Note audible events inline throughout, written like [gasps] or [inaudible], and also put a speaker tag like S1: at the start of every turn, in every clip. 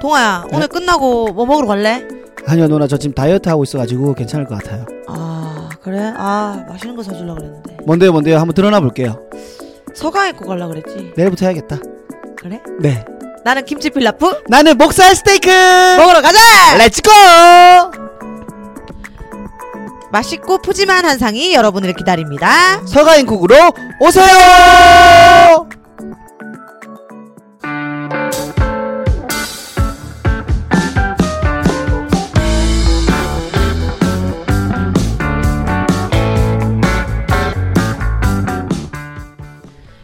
S1: 동아야
S2: 네?
S1: 오늘 끝나고 뭐 먹으러 갈래?
S2: 아니요 누나 저 지금 다이어트 하고 있어가지고 괜찮을 것 같아요
S1: 아 그래? 아 맛있는 거 사주려고 그랬는데
S2: 뭔데요 뭔데요 한번 드러나 볼게요
S1: 서강 입고 갈라 그랬지
S2: 내일부터 해야겠다
S1: 그래?
S2: 네
S1: 나는 김치 필라프
S2: 나는 목살 스테이크
S1: 먹으러 가자!
S2: 렛츠고
S1: 맛있고 푸짐한 한상이 여러분을 기다립니다
S2: 서가인국으로 오세요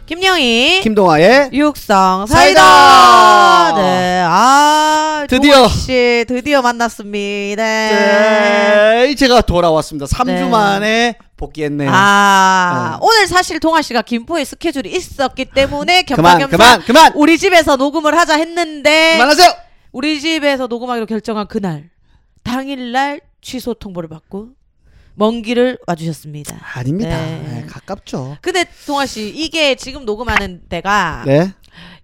S1: 김영희
S2: 김동아의
S1: 육성
S2: 사이다!
S1: 사이다. 네, 아
S2: 드디어.
S1: 종원 씨 드디어 만났습니다.
S2: 네, 제가 돌아왔습니다 3주
S1: 네.
S2: 만에 복귀했네요
S1: 아
S2: 네.
S1: 오늘 사실 동아 씨가 김포에 스케줄이 있었기 때문에
S2: 그만
S1: 겸사겸사
S2: 그만 그만
S1: 우리 집에서 녹음을 하자 했는데
S2: 그만하세요
S1: 우리 집에서 녹음하기로 결정한 그날 당일날 취소 통보를 받고 먼 길을 와주셨습니다.
S2: 아닙니다
S1: 네.
S2: 네, 가깝죠
S1: 근데 동아 씨 이게 지금 녹음하는 데가
S2: 네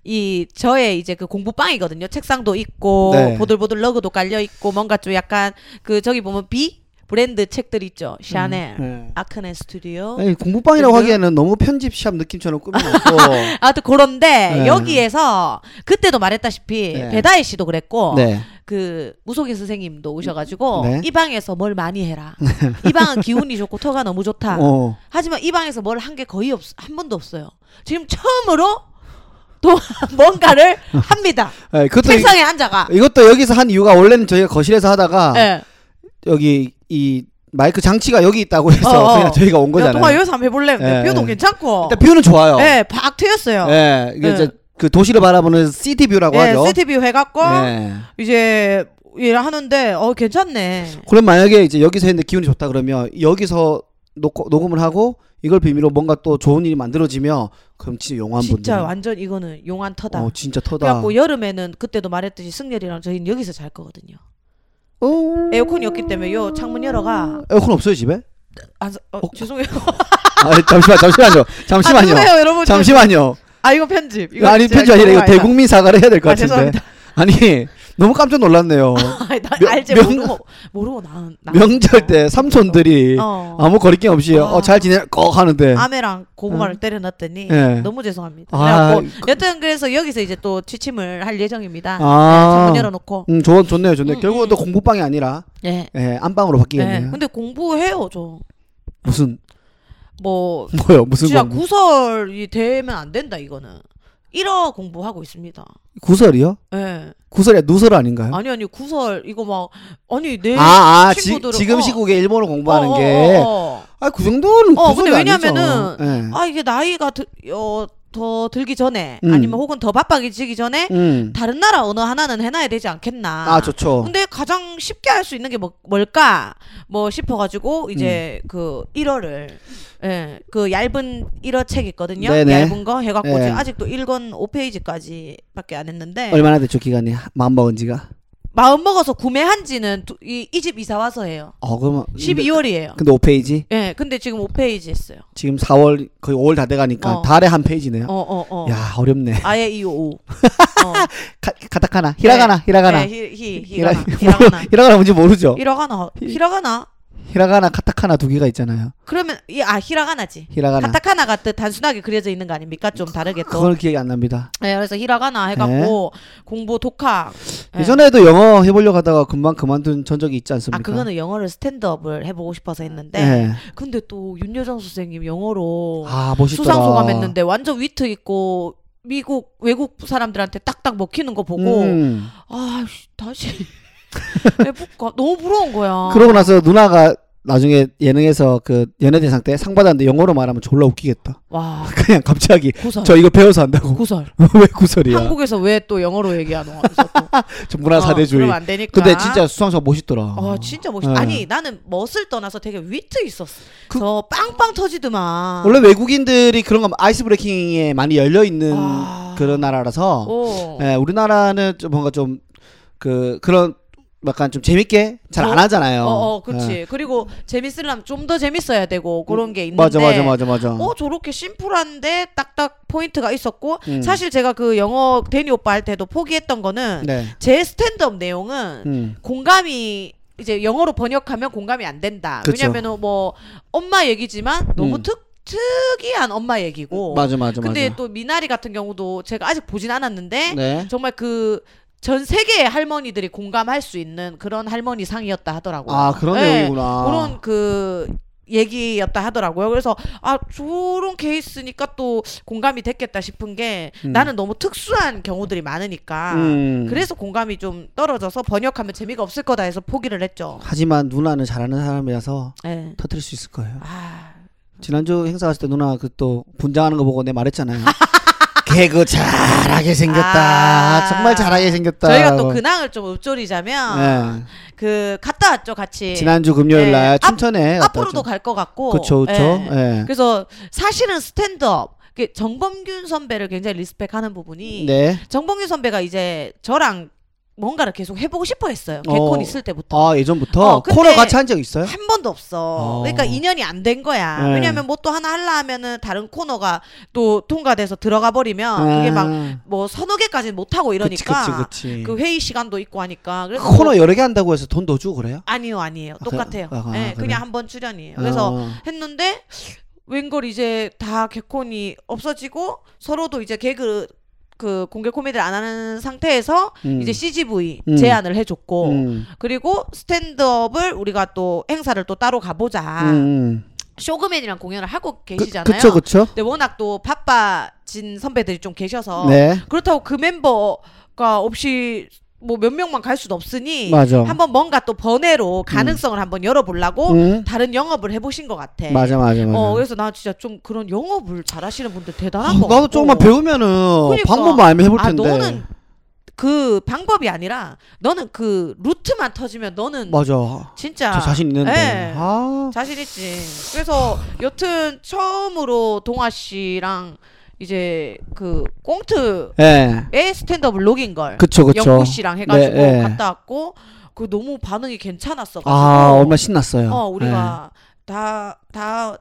S1: 이 저의 이제 그 공부방이거든요. 책상도 있고
S2: 네.
S1: 보들보들 러그도 깔려 있고 뭔가 좀 약간 그 저기 보면 B 브랜드 책들 있죠. 샤넬,
S2: 네.
S1: 아크네 스튜디오.
S2: 아니, 공부방이라고
S1: 근데요?
S2: 하기에는 너무 편집샵 느낌처럼
S1: [laughs]
S2: 꾸며놓고
S1: 아무튼 그런데
S2: 네.
S1: 여기에서 그때도 말했다시피
S2: 네.
S1: 배다혜 씨도 그랬고
S2: 네.
S1: 그 무속인 선생님도 오셔가지고
S2: 네.
S1: 이 방에서 뭘 많이 해라. 이 방은 기운이 좋고 터가 너무 좋다.
S2: 어.
S1: 하지만 이 방에서 뭘 한 게 거의 없, 한 번도 없어요. 지금 처음으로 또 [laughs] 뭔가를 합니다.
S2: 네, 그것도 이,
S1: 책상에 앉아가.
S2: 이것도 여기서 한 이유가 원래는 저희가 거실에서 하다가
S1: 예.
S2: 여기 이 마이크 장치가 여기 있다고 해서
S1: 어, 어.
S2: 그냥 저희가 온
S1: 야, 동아
S2: 거잖아요.
S1: 여기서 한번 해볼래?
S2: 예,
S1: 네, 뷰도
S2: 예.
S1: 괜찮고.
S2: 일단 뷰는 좋아요.
S1: 예, 박 트였어요. 예,
S2: 예, 이게
S1: 예.
S2: 이제 그 도시를 바라보는 시티 뷰라고
S1: 네,
S2: 하죠.
S1: CTV 해갖고
S2: 예.
S1: 이제 일 하는데 어 괜찮네.
S2: 그럼 만약에 이제 여기서 했는데 기운이 좋다 그러면 여기서 녹, 녹음을 하고 이걸 비밀로 뭔가 또 좋은 일이 만들어지면 그럼 진짜 용한 분들.
S1: 진짜 완전 이거는 용한 터다.
S2: 어, 진짜 터다.
S1: 그래갖고 여름에는 그때도 말했듯이 승렬이랑 저희는 여기서 잘 거거든요.
S2: 어.
S1: 에어컨이 없기 때문에 요 창문 열어가.
S2: 에어컨 없어요 집에?
S1: 안, 사- 어,
S2: 어?
S1: 죄송해요.
S2: 아, 잠시만 잠시만요.
S1: 아,
S2: 잠시만요.
S1: 죄송해요 여러분.
S2: 잠시만요.
S1: 아 이거 편집. 이거
S2: 아니
S1: 진짜
S2: 편지 아니라 이거
S1: 아니다.
S2: 대국민 사과를 해야 될 것
S1: 아,
S2: 같은데. 아니 너무 깜짝 놀랐네요.
S1: 아니, 나
S2: 명-
S1: 알지
S2: 명-
S1: 모르고 모르고 나, 나
S2: 명절 때 삼촌들이
S1: 어.
S2: 아무 거리낌 없이
S1: 아.
S2: 어, 잘 지내 꺽 하는데
S1: 아메랑 고구마를 때려놨더니
S2: 예.
S1: 너무 죄송합니다.
S2: 네. 아,
S1: 뭐, 그래갖고 여튼 그래서 여기서 이제 또 취침을 할 예정입니다.
S2: 아,
S1: 창문 열어놓고
S2: 음, 좋, 좋네요, 좋네.
S1: 음,
S2: 요 결국은 또 공부방이 아니라
S1: 예.
S2: 예, 안방으로
S1: 예.
S2: 바뀌겠네요.
S1: 근데 공부해요 저.
S2: 무슨
S1: 뭐
S2: 뭐요, 무슨
S1: 진짜
S2: 공부?
S1: 구설이 되면 안 된다 이거는. 일어 공부하고 있습니다.
S2: 구설이요?
S1: 예.
S2: 구설이 누설 아닌가요?
S1: 아니 아니 구설 이거 막 아니 내
S2: 네? 아, 아 지,
S1: 친구들은-
S2: 지금
S1: 어.
S2: 시국에 일본어 공부하는
S1: 어, 어,
S2: 게,
S1: 어, 어.
S2: 아 그 정도는
S1: 어,
S2: 구설이
S1: 근데
S2: 아니죠.
S1: 왜냐면은-
S2: 예.
S1: 아 이게 나이가 드, 어, 더 들기 전에
S2: 음.
S1: 아니면 혹은 더 바빠지기 전에
S2: 음,
S1: 다른 나라 언어 하나는 해놔야 되지 않겠나.
S2: 아 좋죠.
S1: 근데 가장 쉽게 할 수 있는 게 뭐, 뭘까 뭐 싶어가지고 이제
S2: 음.
S1: 그 1어를 예, 그 얇은 1어 책 있거든요
S2: 네네.
S1: 얇은 거 해갖고
S2: 예.
S1: 지금 아직도 1권 5페이지까지밖에 안 했는데
S2: 얼마나 됐죠 기간이 마음 먹은 지가?
S1: 마음 먹어서 구매한지는 이 집 이사 와서 해요
S2: 어 그럼
S1: 12월이에요
S2: 근데 5페이지?
S1: 예 근데 지금 5페이지 했어요
S2: 지금 4월 거의 5월 다 돼가니까
S1: 어.
S2: 달에 한 페이지네요.
S1: 어 어어
S2: 야 어렵네.
S1: 아예
S2: [laughs]
S1: 이오 어.
S2: 카, 카타카나, 히라가나, 히라가나,
S1: 예, 히, 히,
S2: 히라- [laughs]
S1: 히라가나 히라가나
S2: 히라가나 어. 뭔지 모르죠.
S1: 히라가나 히라가나
S2: 히라가나, 카타카나 두 개가 있잖아요.
S1: 그러면 이- 아 히라가나지
S2: 히라가나.
S1: 카타카나가 뜻 단순하게 그려져 있는 거 아닙니까? 좀 다르게 또.
S2: 그걸 기억이 안 납니다.
S1: 네, 그래서 히라가나 해갖고 공부 독학. 예.
S2: 네. 예전에도 영어 해보려고 하다가 금방 그만둔 전적이 있지 않습니까?
S1: 아 그거는 네. 영어를 스탠드업을 해보고 싶어서 했는데
S2: 예.
S1: 근데 또 윤여정 선생님 영어로
S2: 아 멋있더라.
S1: 뭐 수상 소감했는데 완전 위트 있고 미국 외국 사람들한테 딱딱 먹히는 거 보고
S2: 음.
S1: 아 씨, 다시 [laughs] 해볼까 너무 부러운 거야.
S2: 그러고 나서 누나가 나중에 예능에서 그 연예대상 때 상 받았는데 영어로 말하면 졸라 웃기겠다. [laughs]
S1: 와
S2: 그냥 갑자기
S1: 고설
S2: 저 이거 배워서 한다고. [laughs]
S1: 고설.
S2: 왜 구설이야?
S1: 어. 한국에서 왜 또 영어로 얘기하노? 하면서
S2: [laughs]
S1: 또,
S2: 저 문화
S1: 어,
S2: 아, 사대주의.
S1: 그러면 안 되니까.
S2: 근데 진짜 수상자 멋있더라.
S1: 아 진짜 멋있다.
S2: 예. 그-
S1: 아니 나는 멋을 떠나서 되게 위트 있었어. 저 빵빵 터지더만.
S2: 원래 외국인들이 그런 거 아이스 브레이킹에 많이 열려 있는
S1: 아.
S2: 그런 나라라서
S1: 오.
S2: 예, 우리나라는 좀 뭔가 좀 그 그런 약간 좀 재밌게 잘 안
S1: 어,
S2: 하잖아요.
S1: 어, 어, 그렇지.
S2: 예.
S1: 그리고 재밌으려면 좀 더 재밌어야 되고 그런 게 있는데.
S2: 맞아, 맞아, 맞아, 맞아.
S1: 어 저렇게 심플한데 딱딱 포인트가 있었고
S2: 음.
S1: 사실 제가 그 영어 데니 오빠 할 때도 포기했던 거는
S2: 네.
S1: 제 스탠드업 내용은
S2: 음.
S1: 공감이 이제 영어로 번역하면 공감이 안 된다.
S2: 그쵸.
S1: 왜냐면은 뭐 엄마 얘기지만 너무
S2: 음.
S1: 특 특이한 엄마 얘기고.
S2: 맞아, 맞아,
S1: 근데
S2: 맞아.
S1: 또 미나리 같은 경우도 제가 아직 보진 않았는데
S2: 네.
S1: 정말 그 전 세계의 할머니들이 공감할 수 있는 그런 할머니 상이었다 하더라고요.
S2: 아 그런
S1: 네,
S2: 내용이구나.
S1: 그런 그 얘기였다 하더라고요. 그래서 아 저런 케이스니까 또 공감이 됐겠다 싶은 게
S2: 음.
S1: 나는 너무 특수한 경우들이 많으니까
S2: 음.
S1: 그래서 공감이 좀 떨어져서 번역하면 재미가 없을 거다 해서 포기를 했죠.
S2: 하지만 누나는 잘하는 사람이라서
S1: 예.
S2: 터트릴 수 있을 거예요.
S1: 아
S2: 지난주 행사 갔을 때 누나 그 또 분장하는 거 보고 내 말했잖아요. [laughs] 개그 잘하게 생겼다.
S1: 아.
S2: 정말 잘하게 생겼다.
S1: 저희가 또 근황을 좀 읊조리자면
S2: 네.
S1: 그 갔다 왔죠 같이.
S2: 지난주 금요일 날
S1: 예. 앞-
S2: 춘천에
S1: 앞으로도 갈 것 같고.
S2: 그렇죠, 그렇죠.
S1: 예.
S2: 예.
S1: 그래서 사실은 스탠드업 이게 정범균 선배를 굉장히 리스펙하는 부분이
S2: 네.
S1: 정범균 선배가 이제 저랑 뭔가를 계속 해보고 싶어 했어요
S2: 어.
S1: 개콘 있을 때부터
S2: 아 예전부터
S1: 어, 근데-
S2: 코너 같이 한 적 있어요?
S1: 한 번도
S2: 어.
S1: 없어 그러니까 인연이 안 된 거야
S2: 네.
S1: 왜냐하면 뭐 또 하나 할라 하면은 다른 코너가 또 통과돼서 들어가 버리면 그게
S2: 아.
S1: 막 뭐 서너 개까지 못 하고 이러니까
S2: 그치
S1: 그
S2: 그치 그치.
S1: 회의 시간도 있고 하니까 그래서
S2: 코너
S1: 뭐-
S2: 여러 개 한다고 해서 돈 더 주고 그래요?
S1: 아니요 아니에요
S2: 아, 그-
S1: 똑같아요
S2: 아, 아,
S1: 네,
S2: 그래.
S1: 그냥 한 번 출연이에요 그래서
S2: 어.
S1: 했는데 웬걸 이제 다 개콘이 없어지고 서로도 이제 개그 그 공개 코미디를 안 하는 상태에서
S2: 음.
S1: 이제 뭐, CGV
S2: 음.
S1: 제안을 해줬고
S2: 음.
S1: 그리고 스탠드업을 우리가 또 행사를 또 따로 가보자
S2: 음.
S1: 쇼그맨이랑 공연을 하고 아, 계시잖아요.
S2: 그, 그쵸 그쵸.
S1: 근데 워낙 또 바빠진 선배들이 좀 계셔서
S2: 네.
S1: 그렇다고 그 멤버가 없이 뭐 몇 명만 갈 수는 없으니
S2: 맞아.
S1: 한번 뭔가 또 번외로 가능성을 한번 열어보려고
S2: 음.
S1: 다른 영업을 해보신 것 같아.
S2: 맞아 맞아 맞아.
S1: 어 그래서 나 진짜 좀 그런 영업을 잘하시는 분들 대단한 거.
S2: 나도 조금만 배우면은
S1: 아, 그러니까.
S2: 방법만 알면 해볼
S1: 아
S2: 텐데.
S1: 너는 그 방법이 아니라 너는 그 루트만 터지면 너는
S2: 맞아.
S1: 진짜
S2: 저 자신 있는데.
S1: 예,
S2: 아.
S1: 자신 있지. 그래서 여튼 처음으로 동아 씨랑 이제 그 꽁트의
S2: 예.
S1: 스탠드업을 녹인 걸
S2: 그쵸 그쵸.
S1: 영구 씨랑 해가지고
S2: 네, 네.
S1: 갔다 왔고 그 너무 반응이 괜찮았어가지고
S2: 아 얼마 나 신났어요. 네.
S1: 어 우리가 다 다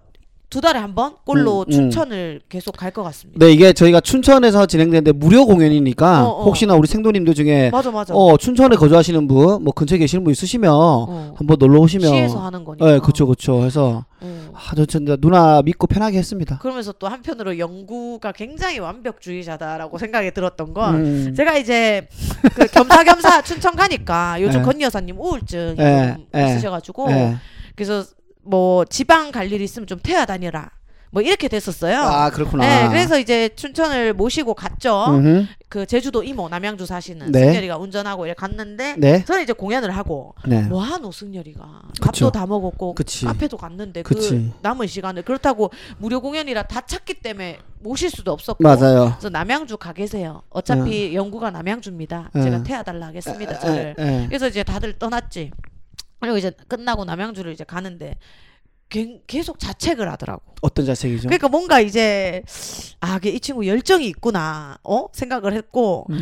S1: 두 달에 한 번 꼴로
S2: 음, 음.
S1: 춘천을 계속 갈 것 같습니다.
S2: 예. 네 이게 저희가 춘천에서 진행되는데 무료 공연이니까
S1: 어, 어.
S2: 혹시나 우리 생도님들 중에
S1: 맞아 맞아.
S2: 어 춘천에 거주하시는 분 뭐 근처에 계시는 분 있으시면
S1: 어.
S2: 한번 놀러 오시면
S1: 시에서 하는 거니까.
S2: 예, 그쵸 그쵸 해서
S1: 어.
S2: 아, 저 진짜 누나 믿고 편하게 했습니다.
S1: 그러면서 또 한편으로 영구가 굉장히 완벽주의자다라고 생각이 들었던 건
S2: 음.
S1: 제가 이제 그
S2: [laughs]
S1: 겸사겸사 춘천 가니까 요즘
S2: 예.
S1: 건 여사님 우울증이
S2: 예,
S1: 좀
S2: 예,
S1: 있으셔가지고
S2: 예.
S1: 그래서 뭐 지방 갈 일 있으면 좀 태워 다녀라 뭐 이렇게 됐었어요.
S2: 아 그렇구나.
S1: 네, 그래서 이제 춘천을 모시고 갔죠.
S2: 음흠.
S1: 그 제주도 이모 남양주 사시는
S2: 네.
S1: 승열이가 운전하고 이렇게 갔는데
S2: 네.
S1: 저는 이제 공연을 하고
S2: 네.
S1: 뭐하노 승열이가
S2: 그쵸.
S1: 밥도 다 먹었고
S2: 그치.
S1: 카페도 갔는데 그
S2: 그치.
S1: 남은 시간을 그렇다고 무료 공연이라 다 찾기 때문에 모실 수도 없었고
S2: 맞아요.
S1: 그래서 남양주 가 계세요. 어차피 영구가 남양주입니다.
S2: 예.
S1: 제가 태워달라 하겠습니다. 네. 저를.
S2: 예, 예.
S1: 그래서 이제 다들 떠났지. 그리고 이제 끝나고 남양주를 이제 가는데 갱- 계속 자책을 하더라고.
S2: 어떤 자세이죠?
S1: 그러니까 뭔가 이제 아, 이게 이 친구 열정이 있구나. 어? 생각을 했고
S2: 네.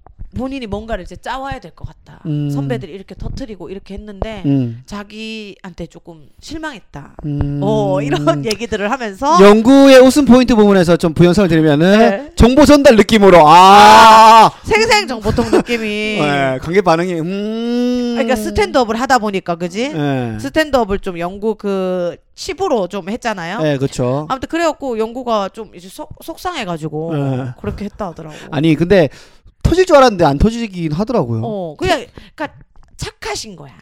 S1: 본인이 뭔가를 이제 짜와야 될 것 같다.
S2: 음.
S1: 선배들이 이렇게 터트리고 이렇게 했는데
S2: 음.
S1: 자기한테 조금 실망했다.
S2: 음.
S1: 어, 이런 [laughs] 얘기들을 하면서
S2: 연구의 웃음 포인트 부분에서 좀 부연설을 드리면은
S1: 네.
S2: 정보 전달 느낌으로 아,
S1: 생생 정보통
S2: [laughs]
S1: 느낌이
S2: 예, 관계 반응이 음.
S1: 네. 그러니까 스탠드업을 하다 보니까 그지?
S2: 예.
S1: 스탠드업을 좀 연구 그 칩으로 좀 했잖아요.
S2: 예, 그렇죠.
S1: 아무튼 뭐. 그래갖고 연구가 좀 이제 속, 속상해가지고
S2: 예.
S1: 그렇게 했다 하더라고.
S2: 아니 근데 터질 줄 알았는데 안 터지긴 하더라고요.
S1: 어, 그냥 그러니까 착하신 거야.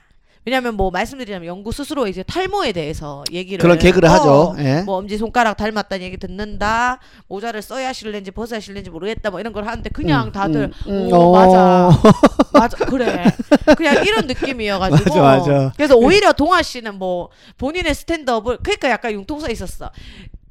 S1: 왜냐면 뭐 말씀드리자면 연구 스스로 이제 탈모에 대해서 얘기를
S2: 그런 개그를
S1: 어,
S2: 하죠. 예.
S1: 뭐 엄지 손가락 닮았다는 얘기 듣는다. 모자를 써야 실는지 벗어야 실는지 모르겠다. 뭐 이런 걸 하는데 그냥
S2: 음,
S1: 다들
S2: 음, 음.
S1: 오,
S2: 어.
S1: 맞아. 맞아 그래 그냥 이런 느낌이어가지고
S2: [laughs] 맞아, 맞아.
S1: 그래서 오히려 동아 씨는 뭐 본인의 스탠드업을 그러니까 약간 융통성 있었어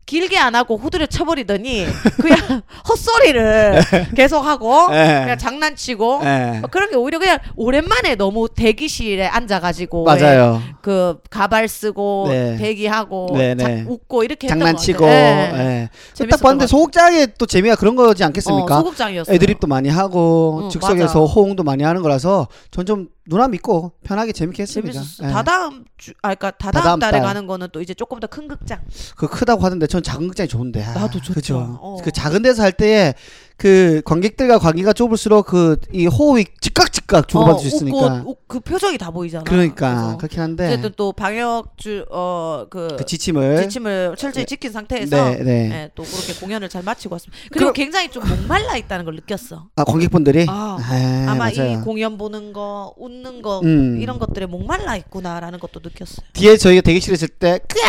S1: 길게 안 하고 후드려 쳐버리더니 그냥 [laughs] 헛소리를
S2: 네.
S1: 계속하고
S2: 예.
S1: 그냥 장난치고
S2: 예.
S1: 뭐 그런 게 오히려 그냥 오랜만에 너무 대기실에 앉아가지고 어, 왜
S2: 맞아요.
S1: 그 가발 쓰고
S2: 네.
S1: 대기하고
S2: 네,
S1: 자-
S2: 네.
S1: 웃고 이렇게 했던
S2: 장난치고
S1: 것 같아. 예.
S2: 예. 딱
S1: 재밌었던
S2: 봤는데
S1: 것 같아.
S2: 소극장의 또 재미가 그런 거지 않겠습니까?
S1: 어, 소극장이었어요.
S2: 애드립도 많이 네, 하고
S1: 응,
S2: 즉석에서
S1: 맞아.
S2: 호응도 많이 하는 거라서 전 좀 누나 믿고 편하게 재밌게 했습니다.
S1: 재밌었어.
S2: 예.
S1: 다다음 주, 아, 그러니까 다다음,
S2: 다다음
S1: 달에
S2: 달.
S1: 가는 거는 또 이제 조금 더 큰 극장.
S2: 그 크다고 하던데 전 작은 극장이 좋은데. 아,
S1: 나도 좋죠.
S2: 그죠.
S1: 어.
S2: 그 작은 데서 할 때에 그 관객들과 관계가 좁을수록 그 이 호흡이 즉각 즉각 주고받을
S1: 어,
S2: 수 있으니까.
S1: 웃고, 웃- 그 표정이 다 보이잖아.
S2: 그러니까
S1: 그래서
S2: 그렇긴 한데
S1: 어쨌든 또 방역 주어그
S2: 그 지침을
S1: 지침을 철저히 지킨 상태에서
S2: 네, 네.
S1: 예, 또 그렇게 공연을 잘 마치고 왔습니다. 그리고
S2: 그럼-
S1: 굉장히 좀 목말라 있다는 걸 느꼈어.
S2: 아 관객분들이
S1: 아,
S2: 예,
S1: 아마 이
S2: 맞아요.
S1: 공연 보는 거, 웃는 거
S2: 음.
S1: 이런 것들에 목말라 있구나라는 것도 느꼈어요.
S2: 뒤에 저희가 대기실에 있을 때 끄아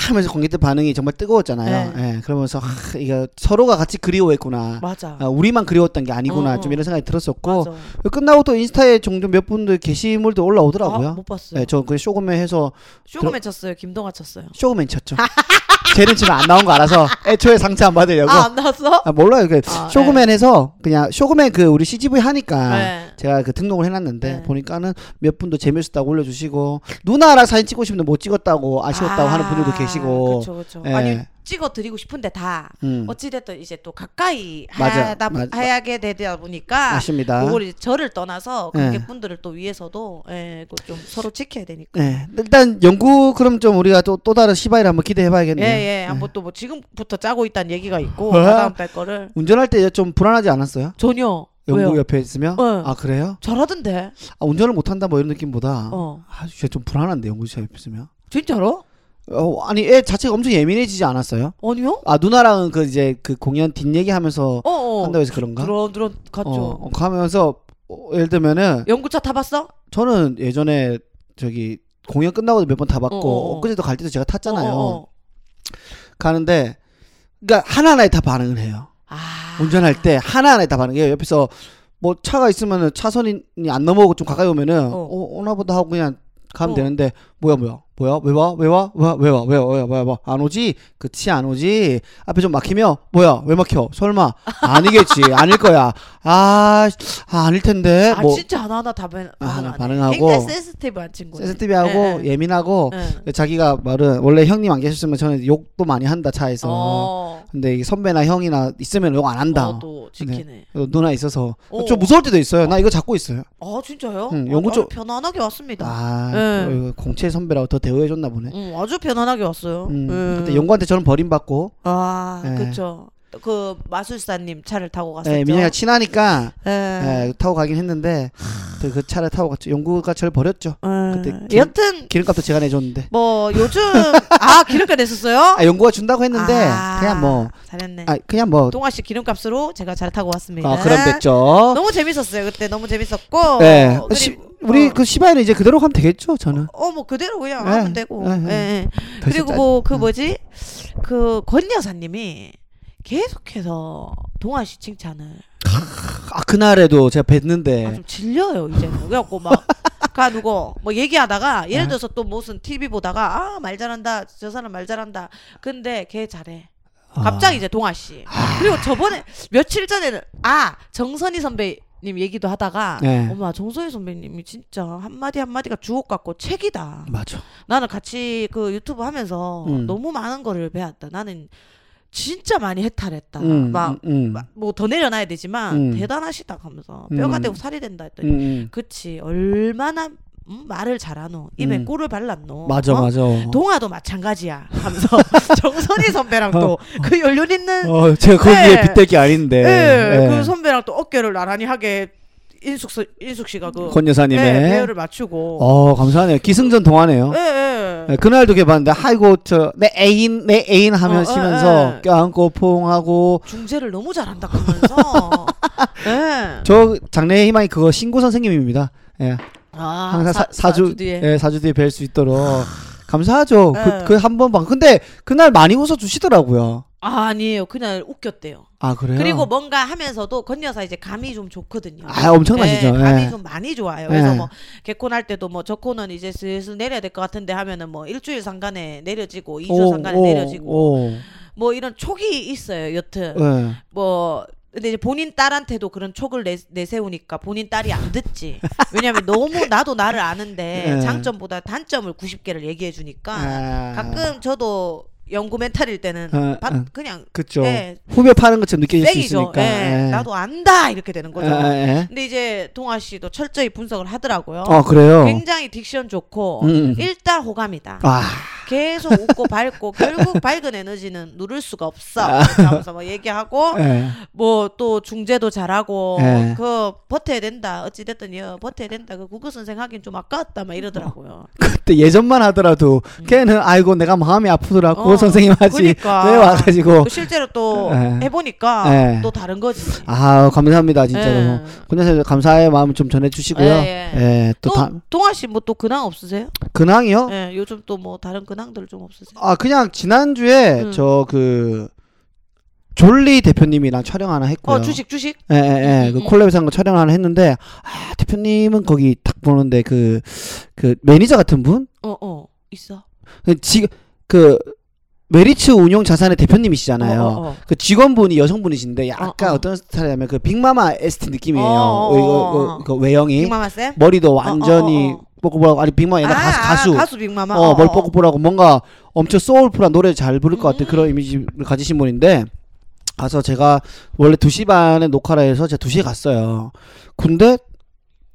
S2: 하면서 관객들 반응이 정말 뜨거웠잖아요.
S1: 네.
S2: 예, 그러면서 하, 이거 서로가 같이 그리워했구나.
S1: 맞아.
S2: 아, 우리만 그리웠던 게 아니구나
S1: 어,
S2: 좀 이런 생각이 들었었고 그
S1: 맞아.
S2: 끝나고 또 인스타에 종종 몇 분들 게시물도 올라오더라고요.
S1: 아, 못 봤어요.
S2: 네, 저그 쇼그맨 해서
S1: 쇼그맨 쳤어요. 김동아 쳤어요.
S2: 쇼그맨 쳤죠. [laughs] 쟤는 지금 안 나온 거 알아서 애초에 상처 안 받으려고.
S1: 아
S2: 아,
S1: 안 나왔어?
S2: 몰라요. 그
S1: 아,
S2: 쇼그맨 해서 그냥 쇼그맨 그 우리 CGV 하니까
S1: 네.
S2: 제가 그 등록을 해놨는데
S1: 네.
S2: 보니까는 몇 분도 재밌었다고 올려주시고 누나랑 사진 찍고 싶은데 못 찍었다고 아쉬웠다고
S1: 아,
S2: 하는 분들도 계시고.
S1: 그쵸, 그쵸.
S2: 예.
S1: 아니 찍어 드리고 싶은데 다
S2: 음,
S1: 어찌됐든 이제 또 가까이
S2: 맞아,
S1: 하다
S2: 맞-
S1: 하게 되다 보니까
S2: 아쉽니다.
S1: 그걸 이제 저를 떠나서
S2: 예.
S1: 관객분들을 또 위해서도 예, 그거 좀 서로 지켜야 되니까.
S2: 네, 일단 연구 그럼 좀 우리가 또, 또 다른 시바이를 한번 기대해봐야겠네요.
S1: 예예. 한번 또뭐 지금부터 짜고 있다는 얘기가 있고
S2: 아.
S1: 다음 달 거를
S2: 운전할 때 좀 불안하지 않았어요?
S1: 전혀
S2: 연구
S1: 왜요?
S2: 옆에 있으면?
S1: 네.
S2: 아 그래요?
S1: 잘하던데.
S2: 아, 운전을 못한다 뭐 이런 느낌보다
S1: 어.
S2: 아, 진짜 좀 불안한데 연구 씨 옆에 있으면.
S1: 진짜로?
S2: 어, 아니 애 자체가 엄청 예민해지지 않았어요?
S1: 아니요?
S2: 아 누나랑은 그 이제 그 공연 뒷얘기하면서
S1: 어 어.
S2: 한다고 해서 그런가?
S1: 드런드런 갔죠.
S2: 어, 가면서 어, 예를 들면은
S1: 연구차 타봤어?
S2: 저는 예전에 저기 공연 끝나고도 몇 번
S1: 어,
S2: 타봤고
S1: 어.
S2: 엊그제도 갈 때도 제가 탔잖아요.
S1: 어, 어, 어.
S2: 가는데 그러니까 하나하나에 다 반응을 해요.
S1: 아.
S2: 운전할 때 하나하나에 다 반응해요. 옆에서 뭐 차가 있으면은 차선이 안 넘어오고 좀 가까이 오면은
S1: 어.
S2: 어, 오나보다 하고 그냥 가면
S1: 어.
S2: 되는데 뭐야 뭐야 뭐야 왜 와? 왜 와? 왜 와? 왜 와? 왜 와? 왜 와? 왜 와? 안 오지? 그치 안 오지? 앞에 좀 막히면 뭐야 왜 막혀? 설마
S1: [laughs]
S2: 아니겠지 아닐 거야 아, 씨, 아 아닐 텐데
S1: 아
S2: 뭐
S1: 진짜 하나하나 다 반-
S2: 아,
S1: 반응 안 해.
S2: 반응하고.
S1: 굉장히 센스티브한 친구예요.
S2: 센스티브하고
S1: 예, 예.
S2: 예민하고
S1: 예.
S2: 자기가 말은 원래 형님 안 계셨으면 저는 욕도 많이 한다 차에서 근데 이게 선배나 형이나 있으면 욕 안 한다
S1: 어, 또 어. 지키네.
S2: 어, 누나 있어서
S1: 어.
S2: 좀 무서울 때도 있어요. 나 이거 잡고 있어요.
S1: 아 진짜요?
S2: 응,
S1: 아,
S2: 연구
S1: 아주
S2: 쪽-
S1: 편안하게 왔습니다.
S2: 아
S1: 네.
S2: 어, 이거 공채 선배라고 더 대우해 줬나 보네.
S1: 응, 아주 편안하게 왔어요.
S2: 음,
S1: 예.
S2: 근데 연구한테 저는 버림받고
S1: 아
S2: 예.
S1: 그쵸. 그 마술사님 차를 타고 갔었죠.
S2: 예, 민영이가 친하니까
S1: 아, 예.
S2: 예, 타고 가긴 했는데 또그 차를 타고 갔죠. 연구가 저를 버렸죠.
S1: 예.
S2: 그때 기-
S1: 여튼
S2: 기름값도 제가 내줬는데.
S1: 뭐 요즘
S2: [laughs]
S1: 아 기름값 냈었어요?
S2: 아 연구가 준다고 했는데
S1: 아,
S2: 그냥 뭐,
S1: 잘했네.
S2: 아 그냥 뭐,
S1: 동아 씨 기름값으로 제가 잘 타고 왔습니다.
S2: 아 그럼 됐죠.
S1: 너무 재밌었어요. 그때 너무 재밌었고.
S2: 예,
S1: 그리고-
S2: 시- 우리
S1: 어.
S2: 그 시바이는 이제 그대로 가면 되겠죠. 저는
S1: 어 뭐 그대로 그냥
S2: 예,
S1: 하면 되고
S2: 예,
S1: 예,
S2: 예.
S1: 예.
S2: 더
S1: 그리고
S2: 진짜-
S1: 뭐 그
S2: 음.
S1: 뭐지 그 권 여사님이 계속해서 동아 씨 칭찬을
S2: 아 그날에도 제가 뵀는데
S1: 아, 좀 질려요 이제는 그래갖고
S2: [laughs]
S1: 막가 누구 뭐 얘기하다가 예를
S2: 예.
S1: 들어서 또 무슨 TV 보다가 아 말 잘한다 저 사람 말 잘한다 근데 걔 잘해
S2: 아.
S1: 갑자기 이제 동아 씨 그리고 저번에 며칠 전에는 아 정선희 선배님 얘기도 하다가
S2: 네.
S1: 엄마 정선희 선배님이 진짜 한마디 한마디가 주옥 같고 책이다
S2: 맞아.
S1: 나는 같이 그 유튜브 하면서
S2: 음.
S1: 너무 많은 거를 배웠다. 나는 진짜 많이 해탈했다.
S2: 음,
S1: 아, 막,
S2: 음,
S1: 뭐 더 내려놔야 되지만
S2: 음.
S1: 대단하시다 하면서 뼈가
S2: 음.
S1: 되고 살이 된다 했더니
S2: 음, 음.
S1: 그치 얼마나 음, 말을 잘하노 입에
S2: 음.
S1: 꿀을 발랐노
S2: 맞아
S1: 어?
S2: 맞아.
S1: 동아도 마찬가지야 하면서 [laughs] 정선희 선배랑 또 그 연륜 있는
S2: 어, 제가 거기에
S1: 네.
S2: 빗댈 게 아닌데.
S1: 예,
S2: 예.
S1: 그 선배랑 또 어깨를 나란히 하게 인숙 선- 인숙 씨가 그
S2: 권 여사님의
S1: 예, 배열을 맞추고
S2: 어 감사하네요. 기승전 동화네요.
S1: 예, 예.
S2: 예, 그날도 걔 봤는데 아이고 저 내 애인 내 애인
S1: 어,
S2: 하면
S1: 예, 예.
S2: 쉬면서 껴안고 포옹하고
S1: 중재를 너무 잘한다
S2: [laughs]
S1: 그러면서 예.
S2: 저 장래의 희망이 그거 신고 선생님입니다. 예,
S1: 아,
S2: 항상 사,
S1: 사주
S2: 주
S1: 뒤에 아.
S2: 예, 사주 뒤에 뵐 수 있도록 감사하죠.
S1: 예.
S2: 그 한 번 방. 근데 그날 많이 웃어 주시더라고요.
S1: 아, 아니에요 그냥 웃겼대요
S2: 아 그래요?
S1: 그리고 뭔가 하면서도 건여사 이제 감이 좀 좋거든요
S2: 아 엄청나시죠.
S1: 예, 감이
S2: 예.
S1: 좀 많이 좋아요 그래서
S2: 예.
S1: 뭐 개콘할 때도 뭐 저 코는 이제 슬슬 내려야 될 것 같은데 하면은 뭐 일주일 상간에 내려지고 이주
S2: 오,
S1: 상간에
S2: 오,
S1: 내려지고
S2: 오.
S1: 뭐 이런 촉이 있어요 여튼
S2: 예.
S1: 뭐 근데 이제 본인 딸한테도 그런 촉을 내, 내세우니까 본인 딸이 안 듣지. 왜냐면 너무 나도 나를 아는데
S2: [laughs] 예.
S1: 장점보다 단점을 90개를 얘기해 주니까
S2: 아.
S1: 가끔 저도 연구 멘탈일 때는
S2: 아,
S1: 바-
S2: 아.
S1: 그냥
S2: 그쵸.
S1: 예,
S2: 후벼 파는 것처럼 느껴질 수
S1: 땡이죠.
S2: 있으니까.
S1: 예,
S2: 예.
S1: 나도 안다 이렇게 되는 거죠.
S2: 예, 예.
S1: 근데 이제 동아 씨도 철저히 분석을 하더라고요.
S2: 어 그래요.
S1: 굉장히 딕션 좋고
S2: 음.
S1: 일단 호감이다.
S2: 아,
S1: 계속 웃고
S2: [laughs]
S1: 밝고 결국 밝은 에너지는 누를 수가 없어.
S2: 아.
S1: 이렇게 하면서 뭐 얘기하고
S2: 예.
S1: 뭐 또 중재도 잘하고
S2: 예.
S1: 그 버텨야 된다. 어찌 됐든 여 버텨야 된다. 그 국어 선생 하긴 좀 아까웠다 막 이러더라고요.
S2: 그때 예전만 하더라도 걔는 아이고 내가 마음이 아프더라고
S1: 음. 어,
S2: 선생님 하지
S1: 그러니까.
S2: 왜 와가지고
S1: 또 실제로 또
S2: 어. 예.
S1: 해보니까
S2: 예.
S1: 또 다른 거지.
S2: 아 감사합니다 진짜로
S1: 예.
S2: 군대에서 감사의 마음 좀 전해주시고요.
S1: 예,
S2: 예,
S1: 예.
S2: 또,
S1: 또
S2: 다, 어.
S1: 동아 씨 뭐 또 근황 없으세요?
S2: 근황이요?
S1: 예, 요즘 또 뭐 다른 근황들 좀 없으세요?
S2: 아 그냥 지난주에
S1: 음.
S2: 저 그 졸리 대표님이랑 촬영 하나 했고요.
S1: 어 주식 주식
S2: 예, 예, 예. 그
S1: 음, 음.
S2: 콜랩에서 한거 촬영 하나 했는데 아 대표님은 거기 딱 보는데 그 그 매니저 같은 분?
S1: 어어 있어.
S2: 그 지금 그 메리츠 운용 자산의 대표님이시잖아요.
S1: 어, 어, 어.
S2: 그 직원분이 여성분이신데 약간
S1: 어, 어.
S2: 어, 떤 스타일이냐면 그 빅마마 에스티 느낌이에요.
S1: 어, 어, 어,
S2: 이거-
S1: 어.
S2: 그, 그 외형이
S1: 빅마마 쌤?
S2: 머리도 완전히
S1: 어, 어, 어,
S2: 뽀글뽀글 아니 빅마마 옛날
S1: 아,
S2: 가수
S1: 아,
S2: 가수
S1: 가수 빅마마.
S2: 어, 머리 뽀글뽀글하고 뭔가 엄청 소울풀한 노래 잘 부를 것 같은
S1: 음.
S2: 그런 이미지를 가지신 분인데 가서 제가 원래 2시 반에 녹화를 해서 제가 2시에 갔어요. 근데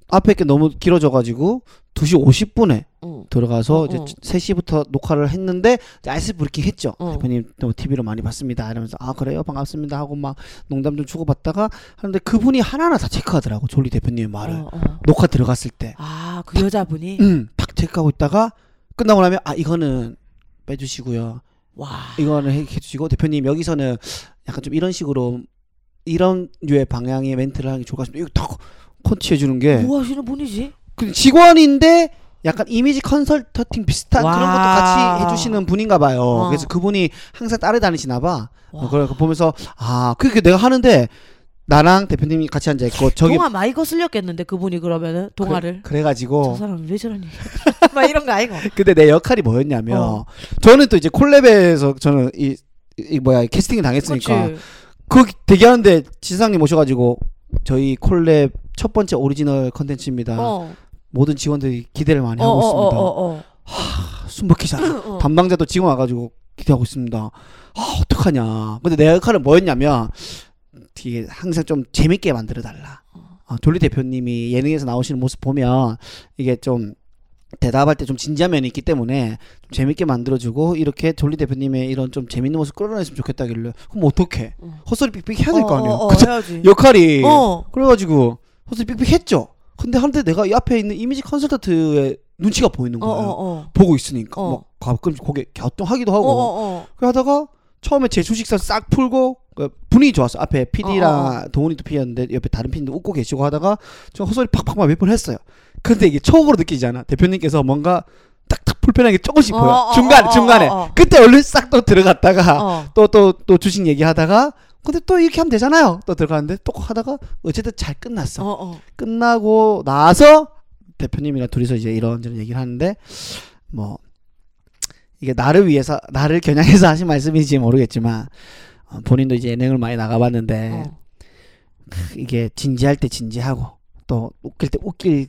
S2: 앞에 게 너무 길어져 가지고 2시 50분에
S1: 응.
S2: 들어가서
S1: 어,
S2: 이제
S1: 어.
S2: 3시부터 녹화를 했는데 이제 아이스 브레이킹 했죠.
S1: 어.
S2: 대표님 또 TV로 많이 봤습니다. 이러면서 아 그래요 반갑습니다 하고 막 농담 좀 주고 받다가 하는데 그분이 하나하나 다 체크하더라고 졸리 대표님의 말을
S1: 어, 어.
S2: 녹화 들어갔을 때
S1: 아, 그 여자분이
S2: 음, 딱 체크하고 있다가 끝나고 나면 아 이거는 빼주시고요.
S1: 와.
S2: 이거는 해- 해주시고 대표님 여기서는 약간 좀 이런 식으로 이런 류의 방향의 멘트를 하는 게 좋을 것 같습니다. 이거 딱 컨치해 주는 게
S1: 뭐 하시는 분이지?
S2: 그 직원인데 약간 이미지 컨설팅 비슷한
S1: 와.
S2: 그런 것도 같이 해주시는 분인가 봐요.
S1: 어.
S2: 그래서 그분이 항상 따라다니시나 봐.
S1: 와.
S2: 어, 그걸 보면서 아 그렇게 내가 하는데 나랑 대표님이 같이 앉아 있고 저기
S1: 동화 많이 거슬렸겠는데 그분이 그러면은 동화를
S2: 그래, 가지고
S1: 저 사람 왜 저러니? [laughs] 막 이런 거 아이고.
S2: 근데 내 역할이 뭐였냐면
S1: 어.
S2: 저는 또 이제 콜랩에서 저는 이, 이 뭐야 이 캐스팅을 당했으니까
S1: 그치.
S2: 그 대기하는데 지상님 모셔가지고 저희 콜랩 첫 번째 오리지널 컨텐츠입니다.
S1: 어.
S2: 모든 직원들이 기대를 아, 많이
S1: 어, 어,
S2: 하고
S1: 어,
S2: 있습니다.
S1: 어, 어.
S2: 숨막히지 않아.
S1: 어.
S2: 담당자도 지금 와가지고 기대하고 있습니다. 아 어떡하냐. 근데 내 역할은 뭐였냐면 되게 항상 좀 재밌게 만들어 달라. 아, 졸리 대표님이 예능에서 나오시는 모습 보면 이게 좀 대답할 때 좀 진지한 면이 있기 때문에 좀 재밌게 만들어주고 이렇게 졸리 대표님의 이런 좀 재밌는 모습 끌어내셨으면 좋겠다길래 그럼 어떡해
S1: 어.
S2: 헛소리 삑삑 해야 될 거 아니에요
S1: 어, 어, 어,
S2: 그죠?
S1: 해야지.
S2: 역할이
S1: 어.
S2: 그래가지고 헛소리 삑삑 했죠 근데 한데 내가 이 앞에 있는 이미지 컨설턴트의 눈치가 보이는
S1: 어,
S2: 거예요
S1: 어, 어.
S2: 보고 있으니까
S1: 어.
S2: 막 가끔 고개 갸우뚱하기도
S1: 어,
S2: 하고
S1: 어, 어.
S2: 그 하다가 처음에 제 주식사 싹 풀고 그 분위기 좋았어 앞에 PD랑
S1: 어.
S2: 동훈이도 PD였는데 옆에 다른 PD도 웃고 계시고 하다가 저 헛소리 팍팍만 몇 번 했어요 근데 이게 촉으로 느끼잖아 대표님께서 뭔가 딱딱 불편하게 조금씩
S1: 어,
S2: 보여
S1: 어,
S2: 중간
S1: 어, 어,
S2: 중간에
S1: 어, 어.
S2: 그때 얼른 싹 또 들어갔다가
S1: 어.
S2: 또 또 또 주식 얘기하다가 근데 또 이렇게 하면 되잖아요 또 들어가는데 또 하다가 어쨌든 잘 끝났어
S1: 어, 어.
S2: 끝나고 나서 대표님이랑 둘이서 이제 이런저런 얘기를 하는데 뭐 이게 나를 위해서 나를 겨냥해서 [laughs] 하신 말씀인지 모르겠지만 어, 본인도 이제 예능을 많이 나가봤는데
S1: 어.
S2: 이게 진지할 때 진지하고 또 웃길 때 웃길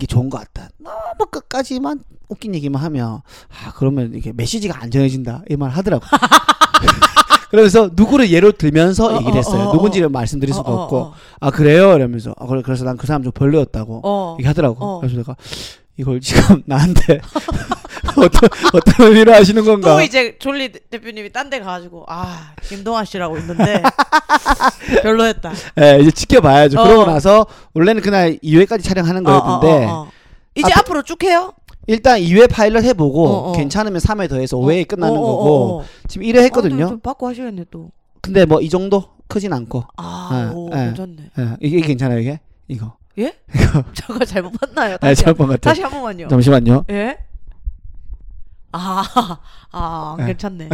S2: 게 좋은 것 같다. 너무 끝까지만 웃긴 얘기만 하면 아 그러면 이게 메시지가 안 전해진다 이 말 하더라고.
S1: [laughs]
S2: 그러면서 누구를 예로 들면서
S1: 어,
S2: 얘기를
S1: 어,
S2: 했어요.
S1: 어, 어,
S2: 누군지를 말씀드릴 수가
S1: 어, 어,
S2: 없고
S1: 어.
S2: 아 그래요 이러면서 아, 그래, 그래서 난 그 사람 좀 별로였다고
S1: 어.
S2: 얘기하더라고
S1: 어.
S2: 그래서 내가 이걸 지금 [laughs] 나한테 어떤 어떤 의미로 하시는 건가
S1: 또 이제 졸리 대- 대표님이 딴 데 가가지고 아 김동완 씨라고
S2: [laughs]
S1: 있는데 별로였다.
S2: 예, 이제 지켜봐야죠
S1: 어.
S2: 그러고 나서 원래는 그날 2회까지 촬영하는 거였는데 아, 그
S1: 어, 어, 어, 어. 이제
S2: 앞에-
S1: 앞으로 쭉 해요?
S2: 일단 2회 파일럿 해보고
S1: 어, 어.
S2: 괜찮으면 3회 더해서 5회 뭐 끝나는
S1: 어, 어,
S2: 거고
S1: 어, 어.
S2: 지금 1회
S1: 아,
S2: 했거든요
S1: 좀 받고 하시겠네 또.
S2: 근데 뭐 이 정도 크진 않고
S1: 아,
S2: 예,
S1: 오,
S2: 예.
S1: 괜찮네.
S2: 예, 이게 이게 괜찮아요 이게 이거 [laughs]
S1: 예? [laughs] 저거 잘못 봤나요?
S2: 예,
S1: 다시,
S2: 잘못 본 것 같아
S1: 다시 한 번만요.
S2: 잠시만요
S1: 예? 아, [laughs] 아,
S2: 예.
S1: 괜찮네.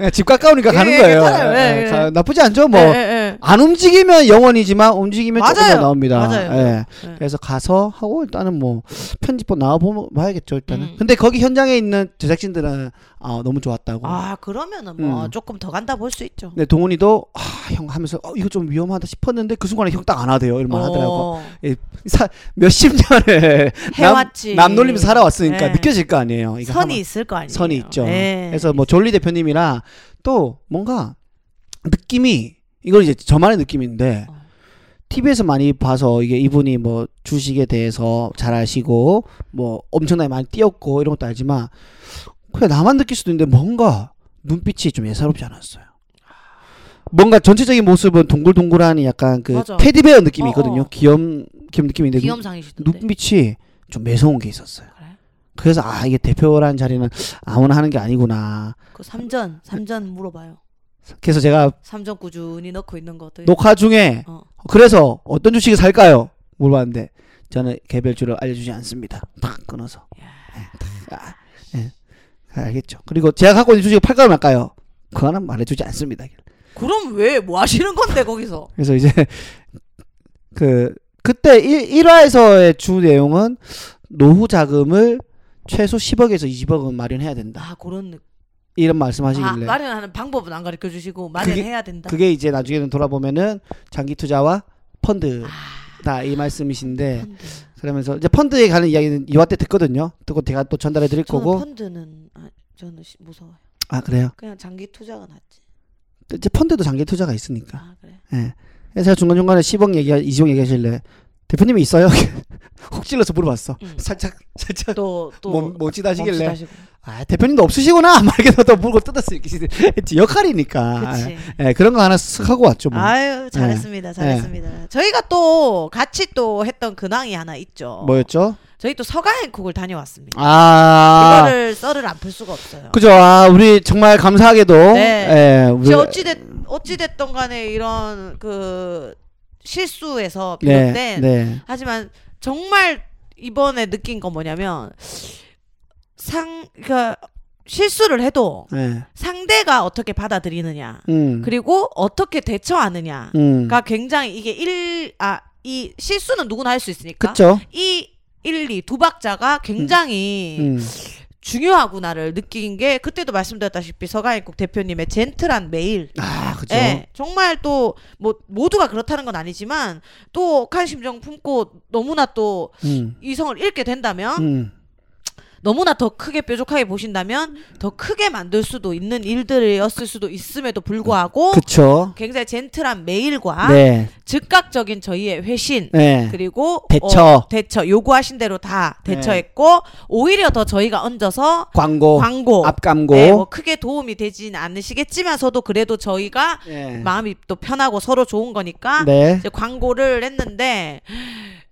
S2: 예, 집 가까우니까
S1: 예,
S2: 가는
S1: 예,
S2: 거예요
S1: 괜찮아요. 예, 예.
S2: 가- 나쁘지 않죠
S1: 뭐
S2: [laughs] 뭐
S1: 예, 예,
S2: 안 움직이면 영원이지만 움직이면 조금
S1: 맞아요.
S2: 더 나옵니다.
S1: 맞아요.
S2: 예.
S1: 예.
S2: 그래서 가서 하고 일단은 뭐 편집본 나와 보면 봐야겠죠 일단은.
S1: 음.
S2: 근데 거기 현장에 있는 제작진들은 아, 너무 좋았다고.
S1: 아 그러면은 뭐
S2: 음.
S1: 조금 더 간다 볼 수 있죠.
S2: 근데 동훈이도 아, 형 하면서 어, 이거 좀 위험하다 싶었는데 그 순간에 형 딱 안 하대요. 이러면 하더라고.
S1: 어,
S2: 사- 몇십 년을
S1: 해왔지.
S2: 남, 남 놀림 살아왔으니까
S1: 네.
S2: 느껴질 거 아니에요. 이거
S1: 선이
S2: 하면.
S1: 있을 거 아니에요.
S2: 선이 있죠.
S1: 예.
S2: 그래서 뭐 졸리 대표님이랑 또 뭔가 느낌이 이건 이제 저만의 느낌인데
S1: 어.
S2: TV에서 많이 봐서 이게 이분이 뭐 주식에 대해서 잘 아시고 뭐 엄청나게 많이 뛰었고 이런 것도 알지만 그냥 나만 느낄 수도 있는데 뭔가 눈빛이 좀 예사롭지 않았어요. 뭔가 전체적인 모습은 동글동글한 약간 그
S1: 맞아.
S2: 테디베어 느낌이
S1: 어,
S2: 있거든요.
S1: 어.
S2: 귀염 귀염 느낌인데 눈-
S1: 기염상이시던데.
S2: 눈빛이 좀 매서운 게 있었어요.
S1: 네. 그래?
S2: 그래서 아 이게 대표라는 자리는 아무나 하는 게 아니구나.
S1: 그 삼전 삼전 물어봐요.
S2: 그래서 제가
S1: 삼전 꾸준히 넣고 있는 거 어떻게?
S2: 녹화 중에
S1: 네. 어.
S2: 그래서 어떤 주식을 살까요? 물어봤는데 저는 개별주를 알려주지 않습니다. 탁 끊어서. 예, 탁. 아, 예. 아, 알겠죠. 그리고 제가 갖고 있는 주식을 팔까요 말까요? 그거는 말해주지 않습니다.
S1: 그럼 왜 뭐 하시는 건데 거기서?
S2: 그래서 이제 [laughs] 그 그때 1, 1화에서의 주 내용은 노후 자금을 최소 10억에서 20억은 마련해야 된다.
S1: 아 그런 느-
S2: 이런
S1: 아,
S2: 말씀하시길래
S1: 마련하는 방법은 안 가르쳐 주시고 마련해야 된다.
S2: 그게 이제 나중에는 돌아보면은 장기 투자와 펀드다
S1: 아.
S2: 이 말씀이신데
S1: 펀드.
S2: 그러면서 이제 펀드에 가는 이야기는 이화 때 듣거든요. 듣고 제가 또 전달해 드릴
S1: 저는
S2: 거고.
S1: 펀드는 아, 저는 시- 무서워요.
S2: 아 그래요.
S1: 그냥 장기 투자가 낫지.
S2: 또 이제 펀드도 장기 투자가 있으니까.
S1: 아 그래.
S2: 예. 그래서 제가 중간 중간에 10억 얘기, 20억 얘기하실래 대표님이 있어요? [laughs] 혹 찔러서 물어봤어.
S1: 음.
S2: 살짝 살짝
S1: 또또
S2: 뭐뭐짓 하시길래. 아 대표님도 없으시구나. [laughs] 막 이렇게 또 물고 뜯었어요. [laughs] 역할이니까.
S1: 그렇지.
S2: 예, 그런 거 하나 쓱 하고 왔죠. 뭐.
S1: 아유 잘했습니다 잘했습니다 저희가 또 같이 또 했던 근황이 하나 있죠
S2: 뭐였죠?
S1: 저희 또 서가행콕을 다녀왔습니다
S2: 아
S1: 이거를 썰을 안 풀 수가 없어요
S2: 그죠. 아, 우리 정말 감사하게도
S1: 네.
S2: 예, 우리
S1: 제 어찌됐 어찌됐던 간에 이런 그 실수에서
S2: 네,
S1: 비롯된
S2: 네.
S1: 하지만 정말 이번에 느낀 건 뭐냐면 상 그러니까 실수를 해도
S2: 네.
S1: 상대가 어떻게 받아들이느냐
S2: 음.
S1: 그리고 어떻게 대처하느냐
S2: 음.
S1: 가 굉장히 이게 일 아 이 실수는 누구나 할 수 있으니까
S2: 그쵸?
S1: 이 일, 이 두 박자가 굉장히
S2: 음.
S1: 중요하구나를 느낀 게 그때도 말씀드렸다시피 서가인국 대표님의 젠틀한 메일
S2: 아, 그죠.
S1: 예, 정말 또 뭐 모두가 그렇다는 건 아니지만 또 혹한 심정 품고 너무나 또
S2: 음.
S1: 이성을 잃게 된다면
S2: 음.
S1: 너무나 더 크게 뾰족하게 보신다면 더 크게 만들 수도 있는 일들이었을 수도 있음에도 불구하고
S2: 그쵸.
S1: 굉장히 젠틀한 메일과
S2: 네.
S1: 즉각적인 저희의 회신
S2: 네.
S1: 그리고
S2: 대처.
S1: 어, 대처 요구하신 대로 다
S2: 네.
S1: 대처했고 오히려 더 저희가 얹어서
S2: 광고,
S1: 광고
S2: 앞광고.
S1: 네, 뭐 크게 도움이 되진 않으시겠지만서도 그래도 저희가
S2: 예.
S1: 마음이 또 편하고 서로 좋은 거니까
S2: 네.
S1: 이제 광고를 했는데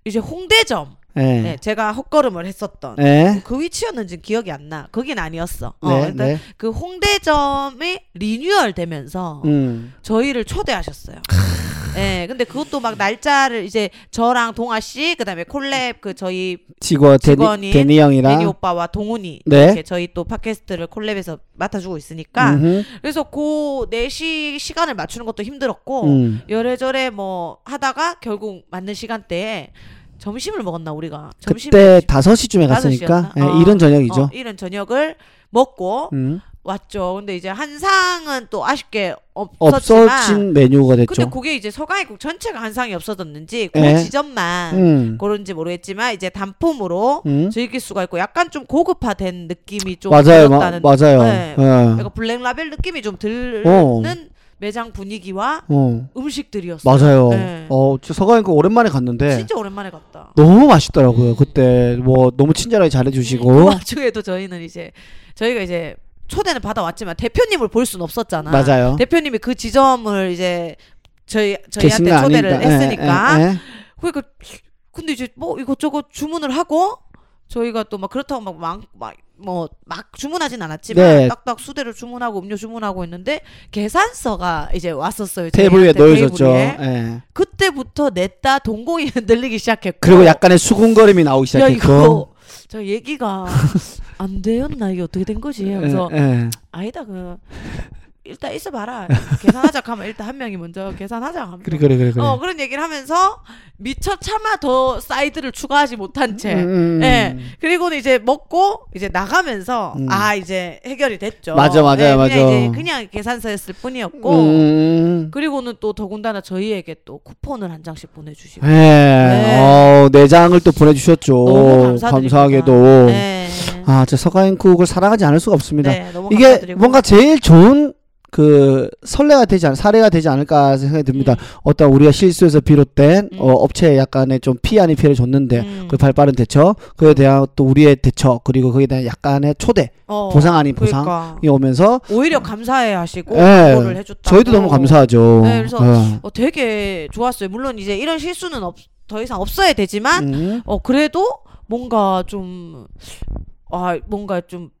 S1: 이제 홍대점
S2: 예.
S1: 네, 제가 헛걸음을 했었던
S2: 예.
S1: 그 위치였는지 기억이 안 나. 거긴 아니었어. 어,
S2: 네.
S1: 근데
S2: 네.
S1: 그 홍대점이 리뉴얼 되면서
S2: 음.
S1: 저희를 초대하셨어요. 예, 근데 그것도 막 날짜를 이제 저랑 동아 씨, 그다음에 콜랩 그 저희
S2: 직원 데니,
S1: 직원인
S2: 데니 형이랑.
S1: 데니 오빠와 동훈이
S2: 네.
S1: 이렇게 저희 또 팟캐스트를 콜랩에서 맡아주고 있으니까
S2: 음흠.
S1: 그래서 그 4시 시간을 맞추는 것도 힘들었고
S2: 음.
S1: 열애절에 뭐 하다가 결국 맞는 시간대에 점심을 먹었나 우리가
S2: 그때
S1: 점심에
S2: 다섯 시쯤에 갔으니까
S1: 시였나?
S2: 예,
S1: 어.
S2: 이른 저녁이죠.
S1: 어, 예. 이런 저녁을 먹고
S2: 음.
S1: 왔죠. 근데 이제 한상은 또 아쉽게 없었지만
S2: 없어진 메뉴가 됐죠.
S1: 근데 그게 이제 서강의국 전체가 한상이 없어졌는지 그
S2: 예.
S1: 지점만
S2: 음.
S1: 그런지 모르겠지만 이제 단품으로
S2: 음.
S1: 즐길 수가 있고 약간 좀 고급화된 느낌이 좀
S2: 맞아요. 마,
S1: 들었다는
S2: 맞아요.
S1: 네.
S2: 예.
S1: 약간 블랙 라벨 느낌이 좀 드는
S2: 어.
S1: 매장 분위기와
S2: 어.
S1: 음식들이었어요.
S2: 맞아요.
S1: 네.
S2: 어, 서가인 그 오랜만에 갔는데
S1: 진짜 오랜만에 갔다.
S2: 너무 맛있더라고요.
S1: 음.
S2: 그때 뭐 너무 친절하게
S1: 그
S2: 잘해주시고
S1: 와중에도 저희는 이제 저희가 이제 초대는 받아왔지만 대표님을 볼 수는 없었잖아.
S2: 맞아요.
S1: 대표님이 그 지점을 이제 저희
S2: 계신
S1: 저희한테
S2: 거
S1: 초대를
S2: 아니니까.
S1: 했으니까
S2: 예, 예, 예.
S1: 그러니까 근데 이제 뭐 이것저것 주문을 하고 저희가 또 막 그렇다고 막막막뭐막 주문하진 않았지만
S2: 네.
S1: 딱딱 수대로 주문하고 음료 주문하고 있는데 계산서가 이제 왔었어요.
S2: 테이블 위에
S1: 저희한테,
S2: 놓여졌죠.
S1: 테이블 위에.
S2: 예.
S1: 그때부터 냈다 동공이 [laughs] 흔들리기 시작했고
S2: 그리고 약간의 수군거림이 나오기
S1: 어. 야
S2: 시작했고.
S1: 이거 [laughs] 저 얘기가 안 되었나 이게 어떻게 된 거지?
S2: 예,
S1: 그래서
S2: 예.
S1: 아니다 그 일단 있어봐라. 계산하자 하면 일단 한 명이 먼저 계산하자 하면.
S2: 그래 그래 그래 그래.
S1: 어 그런 얘기를 하면서 미처 차마 더 사이드를 추가하지 못한 채.
S2: 음, 음.
S1: 예. 그리고는 이제 먹고 이제 나가면서
S2: 음.
S1: 아 이제 해결이 됐죠.
S2: 맞아, 맞아요,
S1: 예, 그냥
S2: 맞아.
S1: 이제 그냥 계산서였을 뿐이었고
S2: 음.
S1: 그리고는 또 더군다나 저희에게 또 쿠폰을 한 장씩 보내주시고
S2: 예. 어, 내장을 또 보내주셨죠.
S1: 네. 너무 감사드립니다.
S2: 감사하게도.
S1: 네.
S2: 아, 진짜 서가인쿡을 사랑하지 않을 수가 없습니다.
S1: 네, 너무
S2: 이게
S1: 감사드리고.
S2: 뭔가 제일 좋은 그 설레가 되지 않, 사례가 되지 않을까 생각이 듭니다. 어떤 우리가 실수에서 비롯된
S1: 음.
S2: 어, 업체에 약간의 좀 피해 아닌 피해를 줬는데
S1: 음.
S2: 그 발빠른 대처, 그에 대한 또 우리의 대처, 그리고 그에 대한 약간의 초대,
S1: 어,
S2: 보상 아닌 보상이
S1: 그러니까.
S2: 오면서
S1: 오히려 감사해 하시고
S2: 예.
S1: 그거를 해줬다.
S2: 저희도 너무 감사하죠.
S1: 네, 그래서
S2: 예.
S1: 어, 되게 좋았어요. 물론 이제 이런 실수는 없, 더 이상 없어야 되지만
S2: 음.
S1: 어 그래도 뭔가 좀 아, 뭔가 좀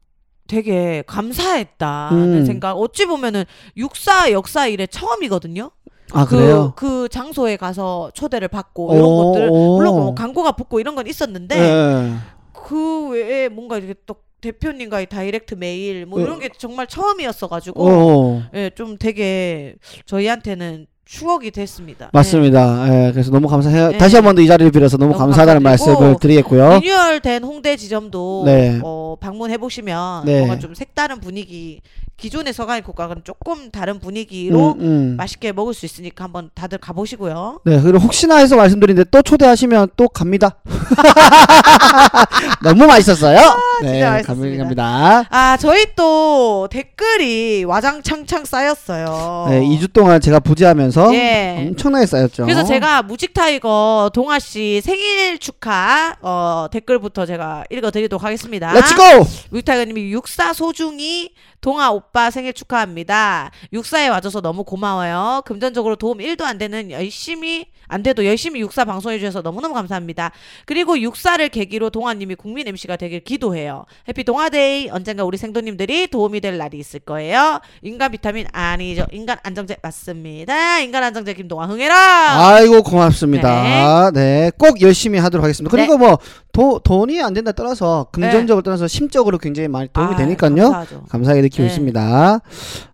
S1: 되게 감사했다는
S2: 음.
S1: 생각. 어찌 보면은 육사 역사 일에 처음이거든요.
S2: 아,
S1: 그,
S2: 그래요? 어,
S1: 그 장소에 가서 초대를 받고 이런
S2: 오,
S1: 것들
S2: 오.
S1: 물론 뭐 광고가 붙고 이런 건 있었는데
S2: 예.
S1: 그 외에 뭔가 이렇게 또 대표님과의 다이렉트 메일 뭐 이런 게 정말 처음이었어 가지고
S2: 어.
S1: 예, 좀 되게 저희한테는 추억이 됐습니다.
S2: 맞습니다. 예, 그래서 너무 감사해요.
S1: 예.
S2: 다시 한 번 더 이 자리를 빌어서 너무,
S1: 너무
S2: 감사하다는
S1: 감사드리고,
S2: 말씀을
S1: 예.
S2: 드리겠고요.
S1: 리뉴얼된 홍대 지점도
S2: 어? 네.
S1: 어, 방문해 보시면
S2: 네.
S1: 뭔가 좀 색다른 분위기, 기존의 서가인 국가는 조금 다른 분위기로
S2: 음, 음.
S1: 맛있게 먹을 수 있으니까 한번 다들 가보시고요.
S2: 네, 그리고 혹시나 해서 말씀드리는데 또 초대하시면 또 갑니다. [laughs] 너무 맛있었어요. 네,
S1: 아, 진짜
S2: 감-
S1: 맛있었습니다.
S2: 갑니다.
S1: 아 저희 또 댓글이 와장창창 쌓였어요.
S2: 네, 2주 어? 음, 동안 제가 부재하면서
S1: 예.
S2: 엄청나게 쌓였죠.
S1: 그래서 제가 무직타이거 동아 씨 생일 축하 어, 댓글부터 제가 읽어드리도록 하겠습니다.
S2: 렛츠고!
S1: 뮤타이거님이 육사 소중이 동아 오빠 생일 축하합니다. 육사에 와줘서 너무 고마워요. 금전적으로 도움 1도 안 되는 열심히 안 돼도 열심히 육사 방송해 주셔서 너무너무 감사합니다. 그리고 육사를 계기로 동아님이 국민 MC가 되길 기도해요. 해피 동아데이 언젠가 우리 생도님들이 도움이 될 날이 있을 거예요. 인간 비타민 아니죠. 인간 안정제 맞습니다. 인간 안정제 김동아 흥해라.
S2: 아이고 고맙습니다. 네, 꼭 열심히 하도록 하겠습니다.
S1: 네.
S2: 그리고 뭐 도- 돈이 안 된다 떠나서 금전적으로 떠나서 심적으로 굉장히 많이 도움이
S1: 아,
S2: 되니까요.
S1: 감사하죠.
S2: 감사하게 느끼고
S1: 네.
S2: 있습니다.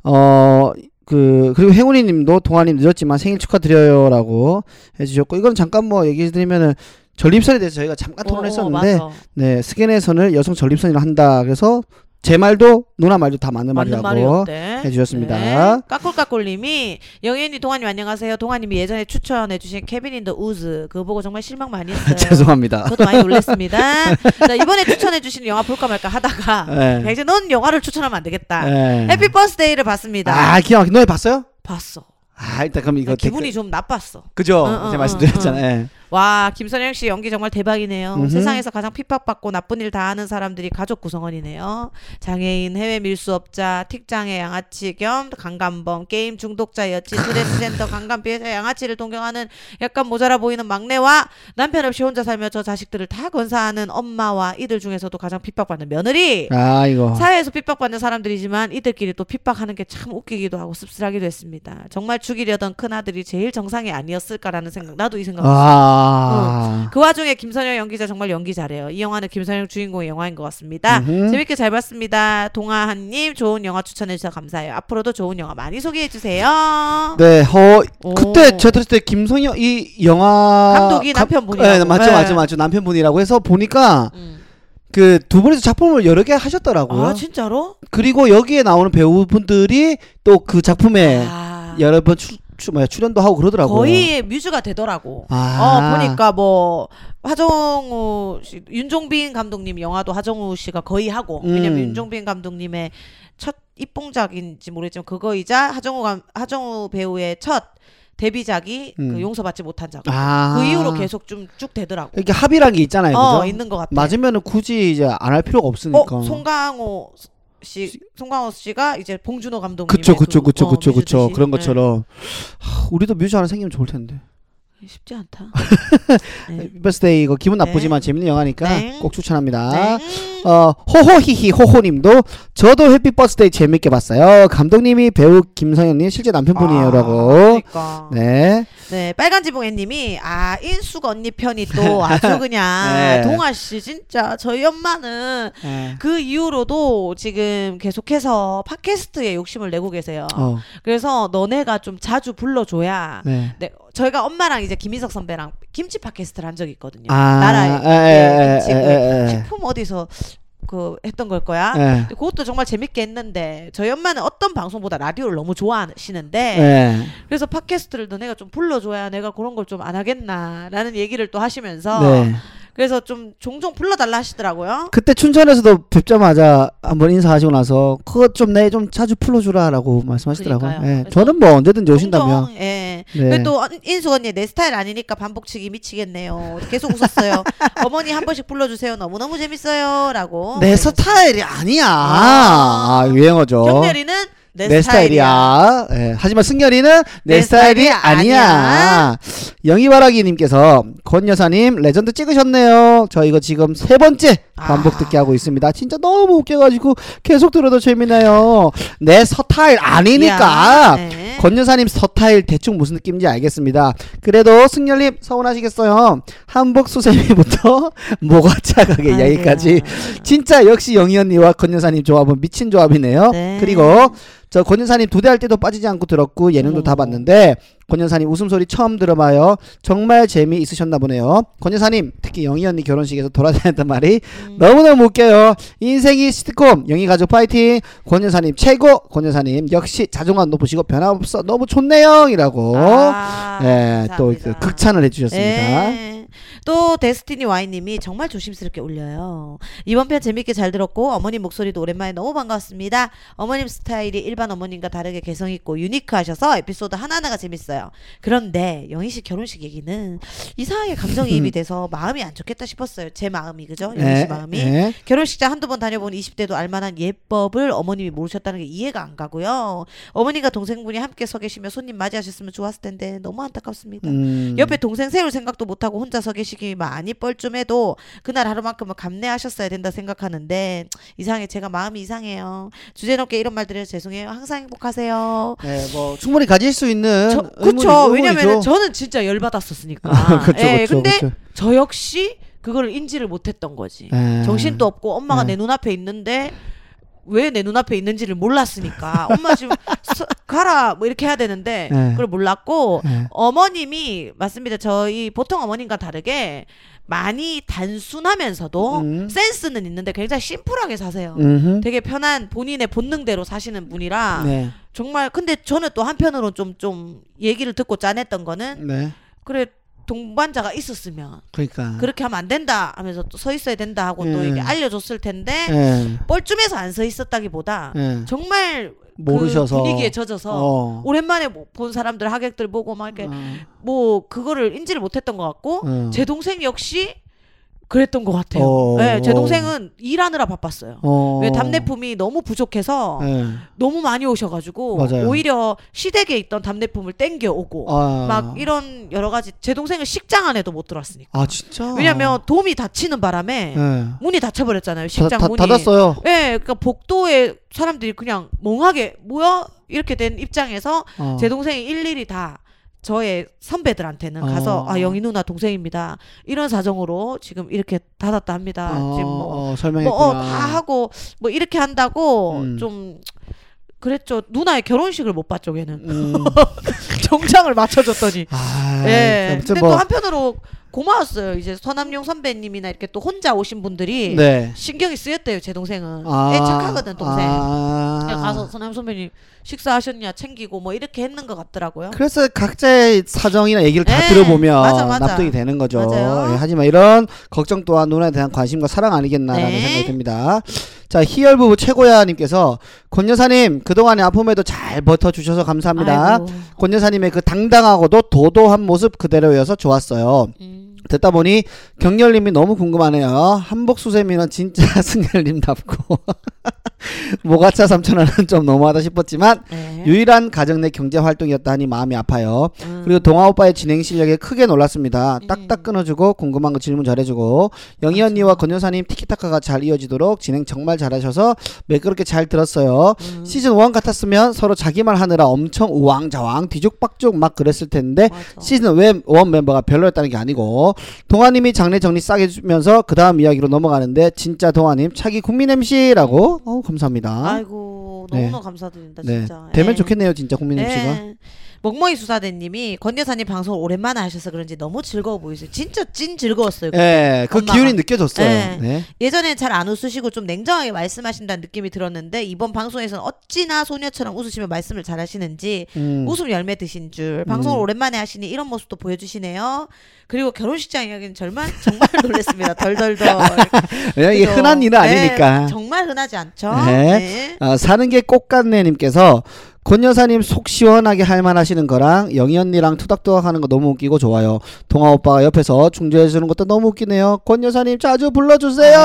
S2: 어, 그, 그리고 행운이 님도 동아님 늦었지만 생일 축하드려요 라고 해주셨고, 이건 잠깐 뭐 얘기해드리면은 전립선에 대해서 저희가 잠깐
S1: 어, 어,
S2: 토론을 했었는데,
S1: 맞아.
S2: 네, 스캔해서는 여성 전립선이라 한다. 그래서 제 말도 누나 말도 다 맞는,
S1: 맞는
S2: [laughs]
S1: 네.
S2: 말이라고
S1: 말이었대.
S2: 네, 해주셨습니다.
S1: 네. 까꿀까꿀님이 영현이 동아님 안녕하세요. 동아님이 예전에 추천해주신 케빈 인더 우즈 그거 보고 정말 실망 많이 했어요.
S2: [laughs] 죄송합니다.
S1: 저도 많이 놀랐습니다. 자, 이번에 추천해주신 영화 볼까 말까 하다가
S2: 네.
S1: 야, 이제 넌 영화를 추천하면 안 되겠다.
S2: 네.
S1: 해피 버스데이를 봤습니다.
S2: 아, 기가 막히게. 너네 봤어요?
S1: 봤어.
S2: 아, 일단 그럼 이거.
S1: 기분이
S2: 댓글-
S1: 좀 나빴어.
S2: 그죠?
S1: 응, 응,
S2: 제가
S1: 응,
S2: 말씀드렸잖아요. 예.
S1: 와 김선영 씨 연기 정말 대박이네요.
S2: 음흠.
S1: 세상에서 가장 핍박받고 나쁜 일 다 하는 사람들이 가족 구성원이네요. 장애인, 해외 밀수업자, 틱장애 양아치 겸 강간범, 게임 중독자 여친, 트랜스젠더, 강간 피해자 양아치를 동경하는 약간 모자라 보이는 막내와 남편 없이 혼자 살며 저 자식들을 다 건사하는 엄마와 이들 중에서도 가장 핍박받는 며느리.
S2: 아, 이거.
S1: 사회에서 핍박받는 사람들이지만 이들끼리 또 핍박하는 게 참 웃기기도 하고 씁쓸하기도 했습니다. 정말 죽이려던 큰 아들이 제일 정상이 아니었을까라는 생각. 나도 이 생각.
S2: 아.
S1: 그 와중에 김선영 연기자 정말 연기 잘해요. 이 영화는 김선영 주인공의 영화인 것 같습니다.
S2: 음흠.
S1: 재밌게 잘 봤습니다. 동아한님 좋은 영화 추천해 주셔서 감사해요. 앞으로도 좋은 영화 많이 소개해 주세요.
S2: 네, 어,
S1: 오.
S2: 그때 제가 들었을 때 김성현 이 영화
S1: 감독이
S2: 감-
S1: 남편분이라고.
S2: 네, 맞죠,
S1: 네.
S2: 맞죠, 맞죠. 남편분이라고 해서 보니까
S1: 음.
S2: 그 두 분이서 작품을 여러 개 하셨더라고요.
S1: 아 진짜로?
S2: 그리고 여기에 나오는 배우분들이 또 그 작품에
S1: 아,
S2: 여러 번 출, 출, 뭐야, 출연도 하고 그러더라고요.
S1: 거의 뮤즈가 되더라고.
S2: 아.
S1: 어 보니까 뭐 하정우 씨, 윤종빈 감독님 영화도 하정우 씨가 거의 하고
S2: 음.
S1: 왜냐면 윤종빈 감독님의 첫 입봉작인지 모르겠지만 그거이자 하정우 감 하정우 배우의 첫 데뷔작이
S2: 음.
S1: 그 용서받지 못한 작업.
S2: 아.
S1: 그 이후로 계속 좀 쭉 되더라고.
S2: 이렇게 합의란 게 있잖아요.
S1: 어
S2: 그죠?
S1: 있는 것 같아.
S2: 맞으면은 굳이 이제 안 할 필요가 없으니까.
S1: 어 송강호 씨 송강호 씨가 이제 봉준호 감독님.
S2: 그쵸, 그쵸, 그쵸,
S1: 어,
S2: 그쵸, 그쵸. 그런
S1: 네.
S2: 것처럼. 하, 우리도 뮤지 하나 생기면 좋을 텐데.
S1: 네, 쉽지 않다.
S2: 네, 해피 버스데이 이거 기분 나쁘지만 재밌는 영화니까
S1: 네.
S2: 꼭 추천합니다.
S1: 네.
S2: 어, 호호히히 호호님도 저도 해피 버스데이 재밌게 봤어요. 감독님이 배우 김성현님 실제 남편분이에요라고.
S1: 그러니까. 네.
S2: 네.
S1: 빨간 지붕 애님이 아 인숙 언니 편이 또
S2: [laughs]
S1: 아주 그냥
S2: 네.
S1: 동아 씨 진짜 저희 엄마는 그 이후로도 지금 계속해서 팟캐스트에 욕심을 내고 계세요.
S2: 어,
S1: 그래서 너네가 좀 자주 불러줘야
S2: 네.
S1: 네, 저희가 엄마랑 이제 김희석 선배랑 김치 팟캐스트를 한 적이 있거든요.
S2: 아,
S1: 나라의
S2: 에, 에,
S1: 김치
S2: 에,
S1: 그
S2: 에, 에.
S1: 식품 어디서 그 했던 걸 거야.
S2: 네.
S1: 그것도 정말 재밌게 했는데 저희 엄마는 어떤 방송보다 라디오를 너무 좋아하시는데
S2: 네.
S1: 그래서 팟캐스트를 너네가 좀 불러줘야 내가 그런 걸 좀 안 하겠나라는 얘기를 또 하시면서
S2: 네.
S1: 그래서 좀 종종 불러달라 하시더라고요.
S2: 그때 춘천에서도 뵙자마자 한번 인사하시고 나서 그거 좀 내 좀 자주 풀어주라라고 말씀하시더라고요.
S1: 그러니까요.
S2: 예,
S1: 그래서
S2: 저는 뭐 언제든지 오신다면.
S1: 종종, 예.
S2: 네.
S1: 그리고 또 언- 인숙 언니 내 스타일 아니니까 반복치기 미치겠네요. 계속
S2: [laughs]
S1: 웃었어요. 어머니 한 번씩 불러주세요. 너무 너무 재밌어요라고. 네.
S2: 내 스타일이 아니야.
S1: 아.
S2: 아, 유행어죠.
S1: 경렬이는 내,
S2: 내
S1: 스타일이야.
S2: 스타일이야. 예, 하지만 승열이는 내,
S1: 내
S2: 스타일이,
S1: 스타일이
S2: 아니야.
S1: 아니야.
S2: 영희바라기님께서 권 여사님 레전드 찍으셨네요. 저 이거 지금 세 번째 반복
S1: 아.
S2: 듣기 하고 있습니다. 진짜 너무 웃겨가지고 계속 들어도 재미나요. 내 스타일 아니니까.
S1: 네.
S2: 권 여사님 서타일 대충 무슨 느낌인지 알겠습니다. 그래도 승열님 서운하시겠어요. 한복 수세미부터 [laughs] 모가 차가게
S1: 아이고야.
S2: 이야기까지 진짜 역시 영희 언니와 권 여사님 조합은 미친 조합이네요.
S1: 네.
S2: 그리고 저 권 여사님 두 대 할 때도 빠지지 않고 들었고 예능도 다
S1: 어머.
S2: 봤는데 권 여사님 웃음소리 처음 들어봐요. 정말 재미 있으셨나 보네요. 권 여사님 특히 영희 언니 결혼식에서 돌아다녔던 [laughs] 말이
S1: 음.
S2: 너무너무 웃겨요. 인생이 시트콤 영희 가족 파이팅. 권 여사님 최고. 권 여사님 역시 자존감 높으시고 변함없어 너무 좋네요이라고
S1: 아,
S2: 예, 또
S1: 감사합니다.
S2: 그 극찬을 해주셨습니다.
S1: 예. 또 데스티니 와이님이 정말 조심스럽게 올려요. 이번 편 재밌게 잘 들었고 어머님 목소리도 오랜만에 너무 반갑습니다. 어머님 스타일이 일반 어머님과 다르게 개성 있고 유니크하셔서 에피소드 하나하나가 재밌어요. 그런데 영희 씨 결혼식 얘기는 이상하게 감정이입이 돼서 마음이 안 좋겠다 싶었어요. 제 마음이 그죠? 영희 씨
S2: 예,
S1: 마음이.
S2: 예.
S1: 결혼식장 한두 번 다녀본 20대도 알만한 예법을 어머님이 모르셨다는 게 이해가 안 가고요. 어머니가 동생분이 함께 서 계시며 손님 맞이하셨으면 좋았을 텐데 너무 안타깝습니다.
S2: 음.
S1: 옆에 동생 세울 생각도 못하고 혼자 서 계시기 많이 뻘쭘해도 그날 하루만큼은 감내하셨어야 된다 생각하는데 이상해 제가 마음이 이상해요. 주제넘게 이런 말 드려서 죄송해요. 항상 행복하세요.
S2: 네, 뭐 충분히 가질 수 있는
S1: 저,
S2: 의문이-
S1: 그쵸.
S2: 의문이죠. 아,
S1: 왜냐면 저는 진짜 열받았었으니까.
S2: [laughs] 그쵸,
S1: 예,
S2: 그쵸,
S1: 근데
S2: 그쵸.
S1: 저 역시 그걸 인지를 못했던 거지.
S2: 예.
S1: 정신도 없고 엄마가
S2: 예.
S1: 내 눈앞에 있는데 왜 내 눈앞에 있는지를 몰랐으니까 엄마 지금 [laughs] 서- 가라 뭐 이렇게 해야 되는데
S2: 예.
S1: 그걸 몰랐고
S2: 예.
S1: 어머님이 맞습니다 저희 보통 어머님과 다르게 많이 단순하면서도
S2: 음.
S1: 센스는 있는데 굉장히 심플하게 사세요
S2: 음흠.
S1: 되게 편한 본인의 본능대로 사시는 분이라
S2: 네.
S1: 정말 근데 저는 또 한편으로 좀 좀 얘기를 듣고 짠했던 거는
S2: 네.
S1: 그래 동반자가 있었으면
S2: 그러니까.
S1: 그렇게 하면 안 된다 하면서 또 서 있어야 된다 하고 또
S2: 예.
S1: 이게 알려줬을 텐데
S2: 예.
S1: 뻘쭘해서 안 서 있었다기보다
S2: 예.
S1: 정말
S2: 모르셔서.
S1: 그 분위기에 네. 젖어서
S2: 어. 음.
S1: 오랜만에 뭐본 사람들 하객들 보고 막 이렇게 뭐 그거를 인지를 못했던 것 같고
S2: 어.
S1: 제 동생 역시 그랬던 것 같아요.
S2: 어.
S1: 네, 제 동생은 일하느라 바빴어요.
S2: 어.
S1: 왜 답례품이 너무 부족해서
S2: 예.
S1: 너무 많이 오셔가지고
S2: 맞아요.
S1: 오히려 시댁에 있던 답례품을 땡겨 오고
S2: 아.
S1: 막 이런 여러 가지 제 동생은 식장 안에도 못 들어왔으니까.
S2: 아 진짜.
S1: 왜냐면 돔이 닫히는 바람에
S2: 예. 다-
S1: 문이 닫혀버렸잖아요. 식장
S2: 다,
S1: 문이.
S2: 닫았어요.
S1: 예, 그러니까 복도에 사람들이 그냥 멍하게 뭐야 이렇게 된 입장에서
S2: 어.
S1: 제 동생이 일일이 다 저의 선배들한테는 가서
S2: 어.
S1: 아 영희 누나 동생입니다 이런 사정으로 지금 이렇게 닫았다 합니다.
S2: 어,
S1: 지금 뭐,
S2: 어,
S1: 뭐
S2: 설명했구나.
S1: 어, 다 하고 뭐 이렇게 한다고
S2: 음.
S1: 좀 그랬죠. 누나의 결혼식을 못 봤죠, 걔는
S2: 음.
S1: [laughs] 정장을 맞춰줬더니.
S2: 아,
S1: 예. 근데
S2: 아무튼 뭐,
S1: 또 한편으로 고마웠어요. 이제 서남용 선배님이나 이렇게 또 혼자 오신 분들이
S2: 네.
S1: 신경이 쓰였대요. 제 동생은
S2: 아,
S1: 애 착하거든 동생.
S2: 아.
S1: 그냥 가서 서남 선배님 식사하셨냐 챙기고 뭐 이렇게 했는 것 같더라고요.
S2: 그래서 각자의 사정이나 얘기를 다
S1: 예,
S2: 들어보면
S1: 맞아, 맞아.
S2: 납득이 되는 거죠.
S1: 맞아요.
S2: 예, 하지만 이런 걱정 또한 누나에 대한 관심과 사랑 아니겠나라는
S1: 네.
S2: 생각이 듭니다. 자, 희열 부부 최고야님께서 권 여사님 그동안의 아픔에도 잘 버텨주셔서 감사합니다.
S1: 아이고,
S2: 권 여사님의 그 당당하고도 도도한 모습 그대로여서 좋았어요.
S1: 음.
S2: 듣다 보니 [laughs] 경렬님이 너무 궁금하네요. 한복 수세미는 진짜 승열님답고 [laughs] 모가차 3,000원은 좀 너무하다 싶었지만
S1: 네.
S2: 유일한 가정 내 경제 활동이었다 하니 마음이 아파요.
S1: 음.
S2: 그리고 동아 오빠의 진행 실력에 크게 놀랐습니다.
S1: 음.
S2: 딱딱 끊어주고 궁금한 거 질문 잘해주고 영희 언니와 권 여사님 티키타카가 잘 이어지도록 진행 정말 잘하셔서 매끄럽게 잘 들었어요.
S1: 음.
S2: 시즌 1 같았으면 서로 자기 말 하느라 엄청 우왕좌왕 뒤죽박죽 막 그랬을 텐데
S1: 맞아.
S2: 시즌 웬- 원 멤버가 별로였다는 게 아니고 동아님이 장례 정리 싹 해주면서 그 다음 이야기로 넘어가는데 진짜 동아님 차기 국민 MC라고 어우 감사합니다.
S1: 아이고 너무너무 감사드립니다
S2: 네
S1: 진짜.
S2: 되면
S1: 예.
S2: 좋겠네요 진짜 국민 MC가.
S1: 예. 먹멍이 수사대님이 권 여사님 방송 오랜만에 하셔서 그런지 너무 즐거워 보이세요. 진짜 찐 즐거웠어요.
S2: 예, 그
S1: 엄마가.
S2: 기운이 느껴졌어요.
S1: 네.
S2: 네.
S1: 예전엔 잘 안 웃으시고 좀 냉정하게 말씀하신다는 느낌이 들었는데 이번 방송에서는 어찌나 소녀처럼 웃으시며 말씀을 잘 하시는지
S2: 음.
S1: 웃음 열매 드신 줄 방송을 오랜만에 하시니 이런 모습도 보여주시네요. 그리고 결혼식장 이야기는 정말 정말 놀랐습니다. 덜덜덜.
S2: 왜냐면 [laughs] 이게
S1: 그죠?
S2: 흔한 일은
S1: 네,
S2: 아니니까.
S1: 정말 흔하지 않죠.
S2: 네.
S1: 네.
S2: 아, 사는 게 꽃같네님께서 권 여사님 속 시원하게 할만하시는 거랑 영희 언니랑 투닥투닥 하는 거 너무 웃기고 좋아요. 동아 오빠가 옆에서 중재해 주는 것도 너무 웃기네요. 권 여사님 자주 불러주세요.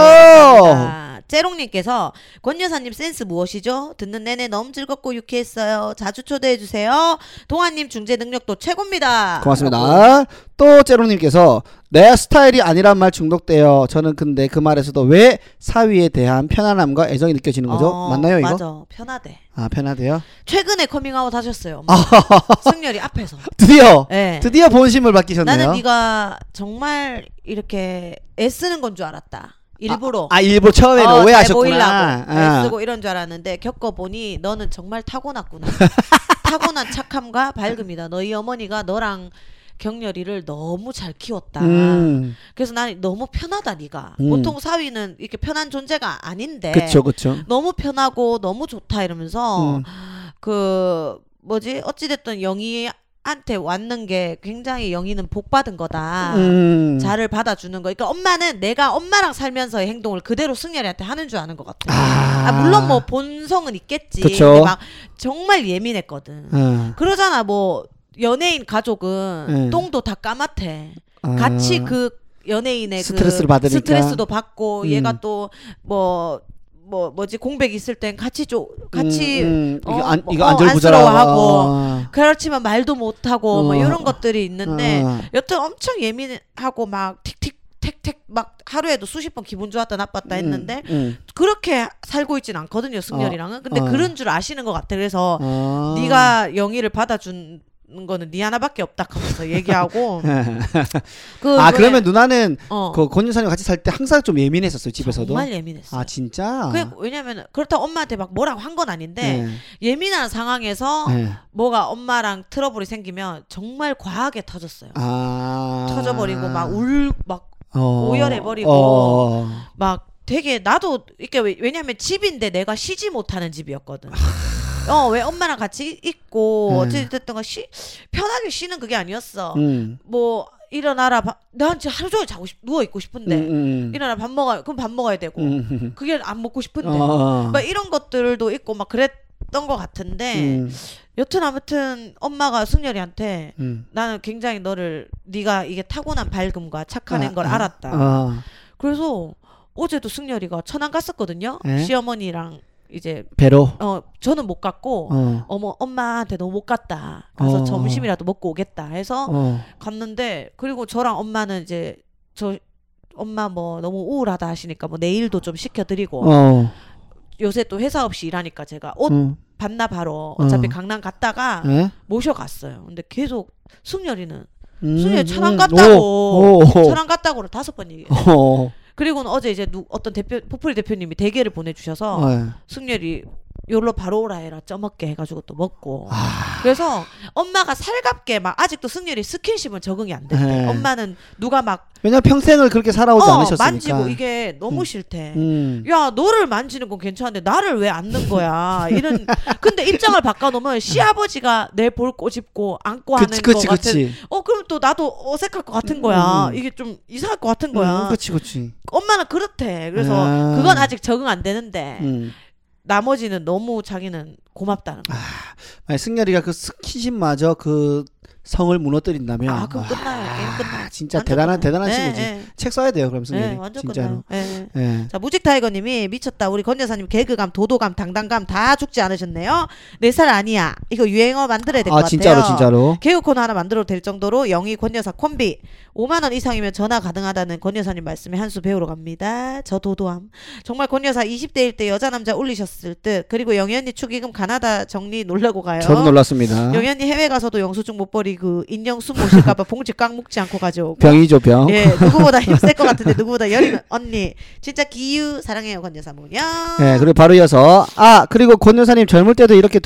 S1: 감사합니다. 재롱님께서 권 여사님 센스 무엇이죠? 듣는 내내 너무 즐겁고 유쾌했어요. 자주 초대해 주세요. 동아님 중재 능력도 최고입니다.
S2: 고맙습니다. 또 제로님께서 내 스타일이 아니란 말 중독돼요. 저는 근데 그 말에서도 왜 사위에 대한 편안함과 애정이 느껴지는 거죠?
S1: 어,
S2: 맞나요 이거?
S1: 맞아. 편하대.
S2: 아 편하대요.
S1: 최근에 커밍아웃 하셨어요.
S2: [laughs]
S1: 승렬이 앞에서.
S2: 드디어
S1: 예.
S2: 드디어 본심을 바뀌셨네요.
S1: 나는 네가 정말 이렇게 애쓰는 건 줄 알았다. 일부러.
S2: 아 일부 처음에는
S1: 어,
S2: 오해하셨구나.
S1: 잘 보이려고
S2: 아.
S1: 애쓰고 이런 줄 알았는데 겪어보니 너는 정말
S2: [laughs]
S1: 타고났구나. 타고난 착함과 밝음이다. 너희 어머니가 너랑 격렬이를 너무 잘 키웠다.
S2: 음.
S1: 그래서 난 너무 편하다 네가.
S2: 음.
S1: 보통 사위는 이렇게 편한 존재가 아닌데
S2: 그쵸 그쵸.
S1: 너무 편하고 너무 좋다 이러면서
S2: 음.
S1: 그 뭐지 어찌됐든 영희한테 왔는 게 굉장히 영희는 복 받은 거다.
S2: 음.
S1: 아, 자를 받아주는 거. 그러니까 엄마는 내가 엄마랑 살면서의 행동을 그대로 승열이한테 하는 줄 아는 것 같아.
S2: 아.
S1: 아, 물론 뭐 본성은 있겠지.
S2: 그쵸.
S1: 근데 막 정말 예민했거든.
S2: 어.
S1: 그러잖아 뭐 연예인 가족은
S2: 네.
S1: 똥도 다 까맣대.
S2: 아.
S1: 같이 그 연예인의
S2: 스트레스를
S1: 그
S2: 받으니까.
S1: 스트레스도 받고
S2: 음.
S1: 얘가 또 뭐 뭐, 뭐지 공백 있을 땐 같이 좀 같이
S2: 음, 음. 이거
S1: 어,
S2: 안
S1: 뭐,
S2: 이거
S1: 어,
S2: 안절부절하고
S1: 안쓰러워하고. 그렇지만 말도 못하고
S2: 어.
S1: 뭐 이런 것들이 있는데
S2: 어.
S1: 여튼 엄청 예민하고 막 틱틱 택택 막 하루에도 수십 번 기분 좋았다 나빴다 했는데
S2: 음, 음.
S1: 그렇게 살고 있진 않거든요 승열이랑은 근데
S2: 어.
S1: 그런 줄 아시는 것 같아 그래서
S2: 아.
S1: 네가 영희를 받아준 거는 네 하나밖에 없다 하면서
S2: [laughs]
S1: 얘기하고 그
S2: 예. 아
S1: 왜-
S2: 그러면 누나는
S1: 어,
S2: 그 권유사님 같이 살 때 항상 좀 예민했었어요 집에서도.
S1: 정말 예민했어
S2: 아 진짜.
S1: 그 왜냐면 그렇다고 네. 엄마한테 막 뭐라고 한 건 아닌데 예민한 상황에서
S2: 네.
S1: 뭐가 엄마랑 트러블이 생기면 정말 과하게 터졌어요
S2: 아.
S1: 터져버리고 막울막
S2: 어.
S1: 오열해버리고.
S2: 어.
S1: 막 되게 나도 이게 왜- 왜냐면 집인데 내가 쉬지 못하는 집이었거든. 어 왜 엄마랑 같이 있고
S2: 네.
S1: 어쨌든 간쉬 편하게 쉬는 그게 아니었어.
S2: 음.
S1: 뭐 일어나라 밥- 난 진짜 하루 종일 자고 싶, 누워 있고 싶은데
S2: 음, 음.
S1: 일어나 밥 먹어 그럼 밥 먹어야 되고
S2: 음, 음.
S1: 그게 안 먹고 싶은데 뭐,
S2: 어, 어.
S1: 막 이런 것들도 있고 막 그랬던 것 같은데
S2: 음,
S1: 여튼 아무튼 엄마가 승열이한테
S2: 음.
S1: 나는 굉장히 너를 네가 이게 타고난 밝음과 착한
S2: 아,
S1: 애인 걸
S2: 아,
S1: 알았다.
S2: 아.
S1: 그래서 어제도 승열이가 천안 갔었거든요.
S2: 예?
S1: 시어머니랑 이제
S2: 배로.
S1: 어 저는 못 갔고
S2: 어.
S1: 어머 엄마한테 너무 못 갔다. 그래서
S2: 어.
S1: 점심이라도 먹고 오겠다 해서
S2: 어.
S1: 갔는데 그리고 저랑 엄마는 이제 저 엄마 뭐 너무 우울하다 하시니까 뭐 내일도 좀 시켜드리고
S2: 어.
S1: 요새 또 회사 없이 일하니까 제가 옷
S2: 음.
S1: 봤나 바로 어차피
S2: 어.
S1: 강남 갔다가
S2: 예?
S1: 모셔갔어요. 근데 계속 승열이는
S2: 음,
S1: 승열 천안
S2: 음.
S1: 갔다고.
S2: 오, 오, 오.
S1: 저랑 갔다고를 다섯 번 얘기해요.
S2: 어.
S1: 그리고는 어제 이제 누, 어떤 대표 포프리 대표님이 대게를 보내주셔서
S2: 예.
S1: 승렬이 요로 바로 오라 해라 쪄먹게 해가지고 또 먹고
S2: 아.
S1: 그래서 엄마가 살갑게 막 아직도 승렬이 스킨십은 적응이 안 돼.
S2: 네.
S1: 엄마는 누가 막
S2: 왜냐면 평생을 그렇게 살아오지
S1: 어,
S2: 않으셨으니까.
S1: 만지고 이게 너무 싫대.
S2: 음.
S1: 야 너를 만지는 건 괜찮은데 나를 왜 안는 거야 이런 근데 입장을 바꿔놓으면 시아버지가 내 볼 꼬집고 안고 하는
S2: 그치 그치
S1: 거 같은
S2: 그치.
S1: 어 그럼 또 나도 어색할 것 같은 거야
S2: 음.
S1: 이게 좀 이상할 것 같은 거야
S2: 음, 그치 그치.
S1: 엄마는 그렇대. 그래서
S2: 아.
S1: 그건 아직 적응 안 되는데
S2: 음.
S1: 나머지는 너무 자기는 고맙다는 거.
S2: 아니, 승열이가 그 스킨십마저 그 성을 무너뜨린다면
S1: 아, 그럼
S2: 와,
S1: 끝나요. 게임 끝나요.
S2: 진짜
S1: 완전
S2: 대단한
S1: 끝나요.
S2: 대단한
S1: 네,
S2: 친구지.
S1: 네.
S2: 책 써야 돼요 그럼 승민이
S1: 네, 완전 끝나요.
S2: 진짜로.
S1: 네.
S2: 예.
S1: 자 무직 타이거님이 미쳤다 우리 권 여사님 개그감 도도감 당당감 다 죽지 않으셨네요 네 살 아니야 이거 유행어 만들어야 될 것
S2: 아
S1: 같아요
S2: 진짜로 진짜로.
S1: 개그 코너 하나 만들어도 될 정도로 영희 권 여사 콤비 5만 원 이상이면 전화 가능하다는 권 여사님 말씀에 한 수 배우러 갑니다 저 도도함 정말 권 여사 20대일 때 여자 남자 올리셨을 듯 그리고 영희 언니 축의금 가나다 정리 놀라고 가요
S2: 저도 놀랐습니다.
S1: 영희 언니 해외 가서도 영수증 못 버리고 그 인형 숨
S2: [laughs]
S1: 모실까봐 봉지 꽉 묶지 않고 가져오고
S2: 병이죠 병.
S1: 예, 누구보다 힘셀 것 같은데 누구보다 여린 언니. 진짜 기유 사랑해요 뭐. 권 여사모녀.
S2: 예, 그리고 바로 이어서 아 그리고 권 여사님 젊을 때도 이렇게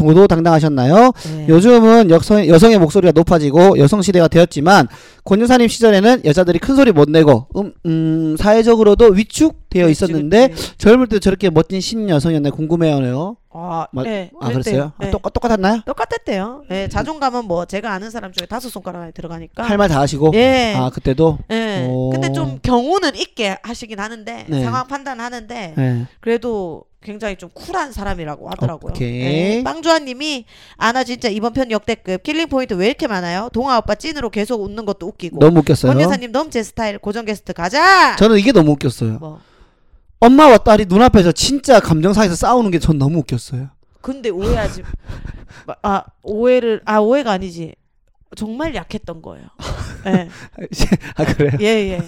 S2: 도도당당하셨나요?
S1: 네.
S2: 요즘은 여성, 여성의 목소리가 높아지고 여성 시대가 되었지만 권 여사님 시절에는 여자들이 큰 소리 못 내고 음, 음, 사회적으로도 위축되어
S1: 그치,
S2: 있었는데
S1: 그치.
S2: 젊을 때 저렇게 멋진 신여성이었나 궁금해요.
S1: 아,
S2: 마-
S1: 네,
S2: 아
S1: 그랬대요.
S2: 그랬어요?
S1: 네.
S2: 아, 똑같 똑같았나요?
S1: 똑같았대요. 예, 자존감은 뭐 제가 아는 사람 중에 다섯 손가락 안에 들어가니까.
S2: 할 말 다 하시고
S1: 그러니까 예.
S2: 아 그때도
S1: 예.
S2: 오.
S1: 근데 좀 경우는 있게 하시긴 하는데
S2: 네.
S1: 상황 판단하는데
S2: 예.
S1: 그래도 굉장히 좀 쿨한 사람이라고 하더라고요.
S2: 오케이.
S1: 예. 빵주아님이 아나 진짜 이번 편 역대급 킬링 포인트 왜 이렇게 많아요? 동아 오빠 찐으로 계속 웃는 것도 웃기고.
S2: 너무 웃겼어요.
S1: 뭐, 권 여사님 아. 너무 제 스타일 고정 게스트 가자.
S2: 저는 이게 너무 웃겼어요.
S1: 뭐.
S2: 엄마와 딸이 눈앞에서 진짜 감정상에서 싸우는 게 전 너무 웃겼어요. [laughs]
S1: 근데 오해하지 마- 아 오해를 아 오해가 아니지 정말 약했던 거예요.
S2: 아 그래요? [laughs]
S1: 예예.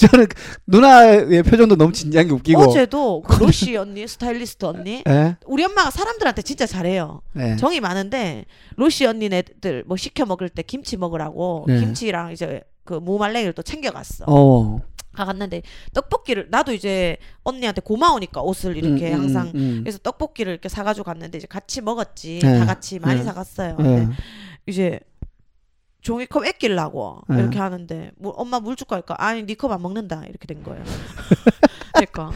S2: 저는 누나의 표정도 너무 진지한 게 웃기고.
S1: 어제도 그 로시 언니 스타일리스트 언니
S2: 예.
S1: 우리 엄마가 사람들한테 진짜 잘해요.
S2: 예.
S1: 정이 많은데 로시 언니네들 뭐 시켜 먹을 때 김치 먹으라고
S2: 네.
S1: 김치랑 이제 그 무말랭이를 또 챙겨갔어.
S2: 어.
S1: 가갔는데 떡볶이를 나도 이제 언니한테 고마우니까 옷을 이렇게
S2: 음, 음,
S1: 항상
S2: 음.
S1: 그래서 떡볶이를 이렇게 사가지고 갔는데 이제 같이 먹었지
S2: 네.
S1: 다 같이 많이
S2: 네.
S1: 사갔어요. 근데
S2: 예.
S1: 이제 종이컵 애끼려고
S2: 네.
S1: 이렇게 하는데 뭐, 엄마 물 줄까 할까 아니 네 컵 안 먹는다 이렇게 된
S2: [laughs]
S1: 거예요 그러니까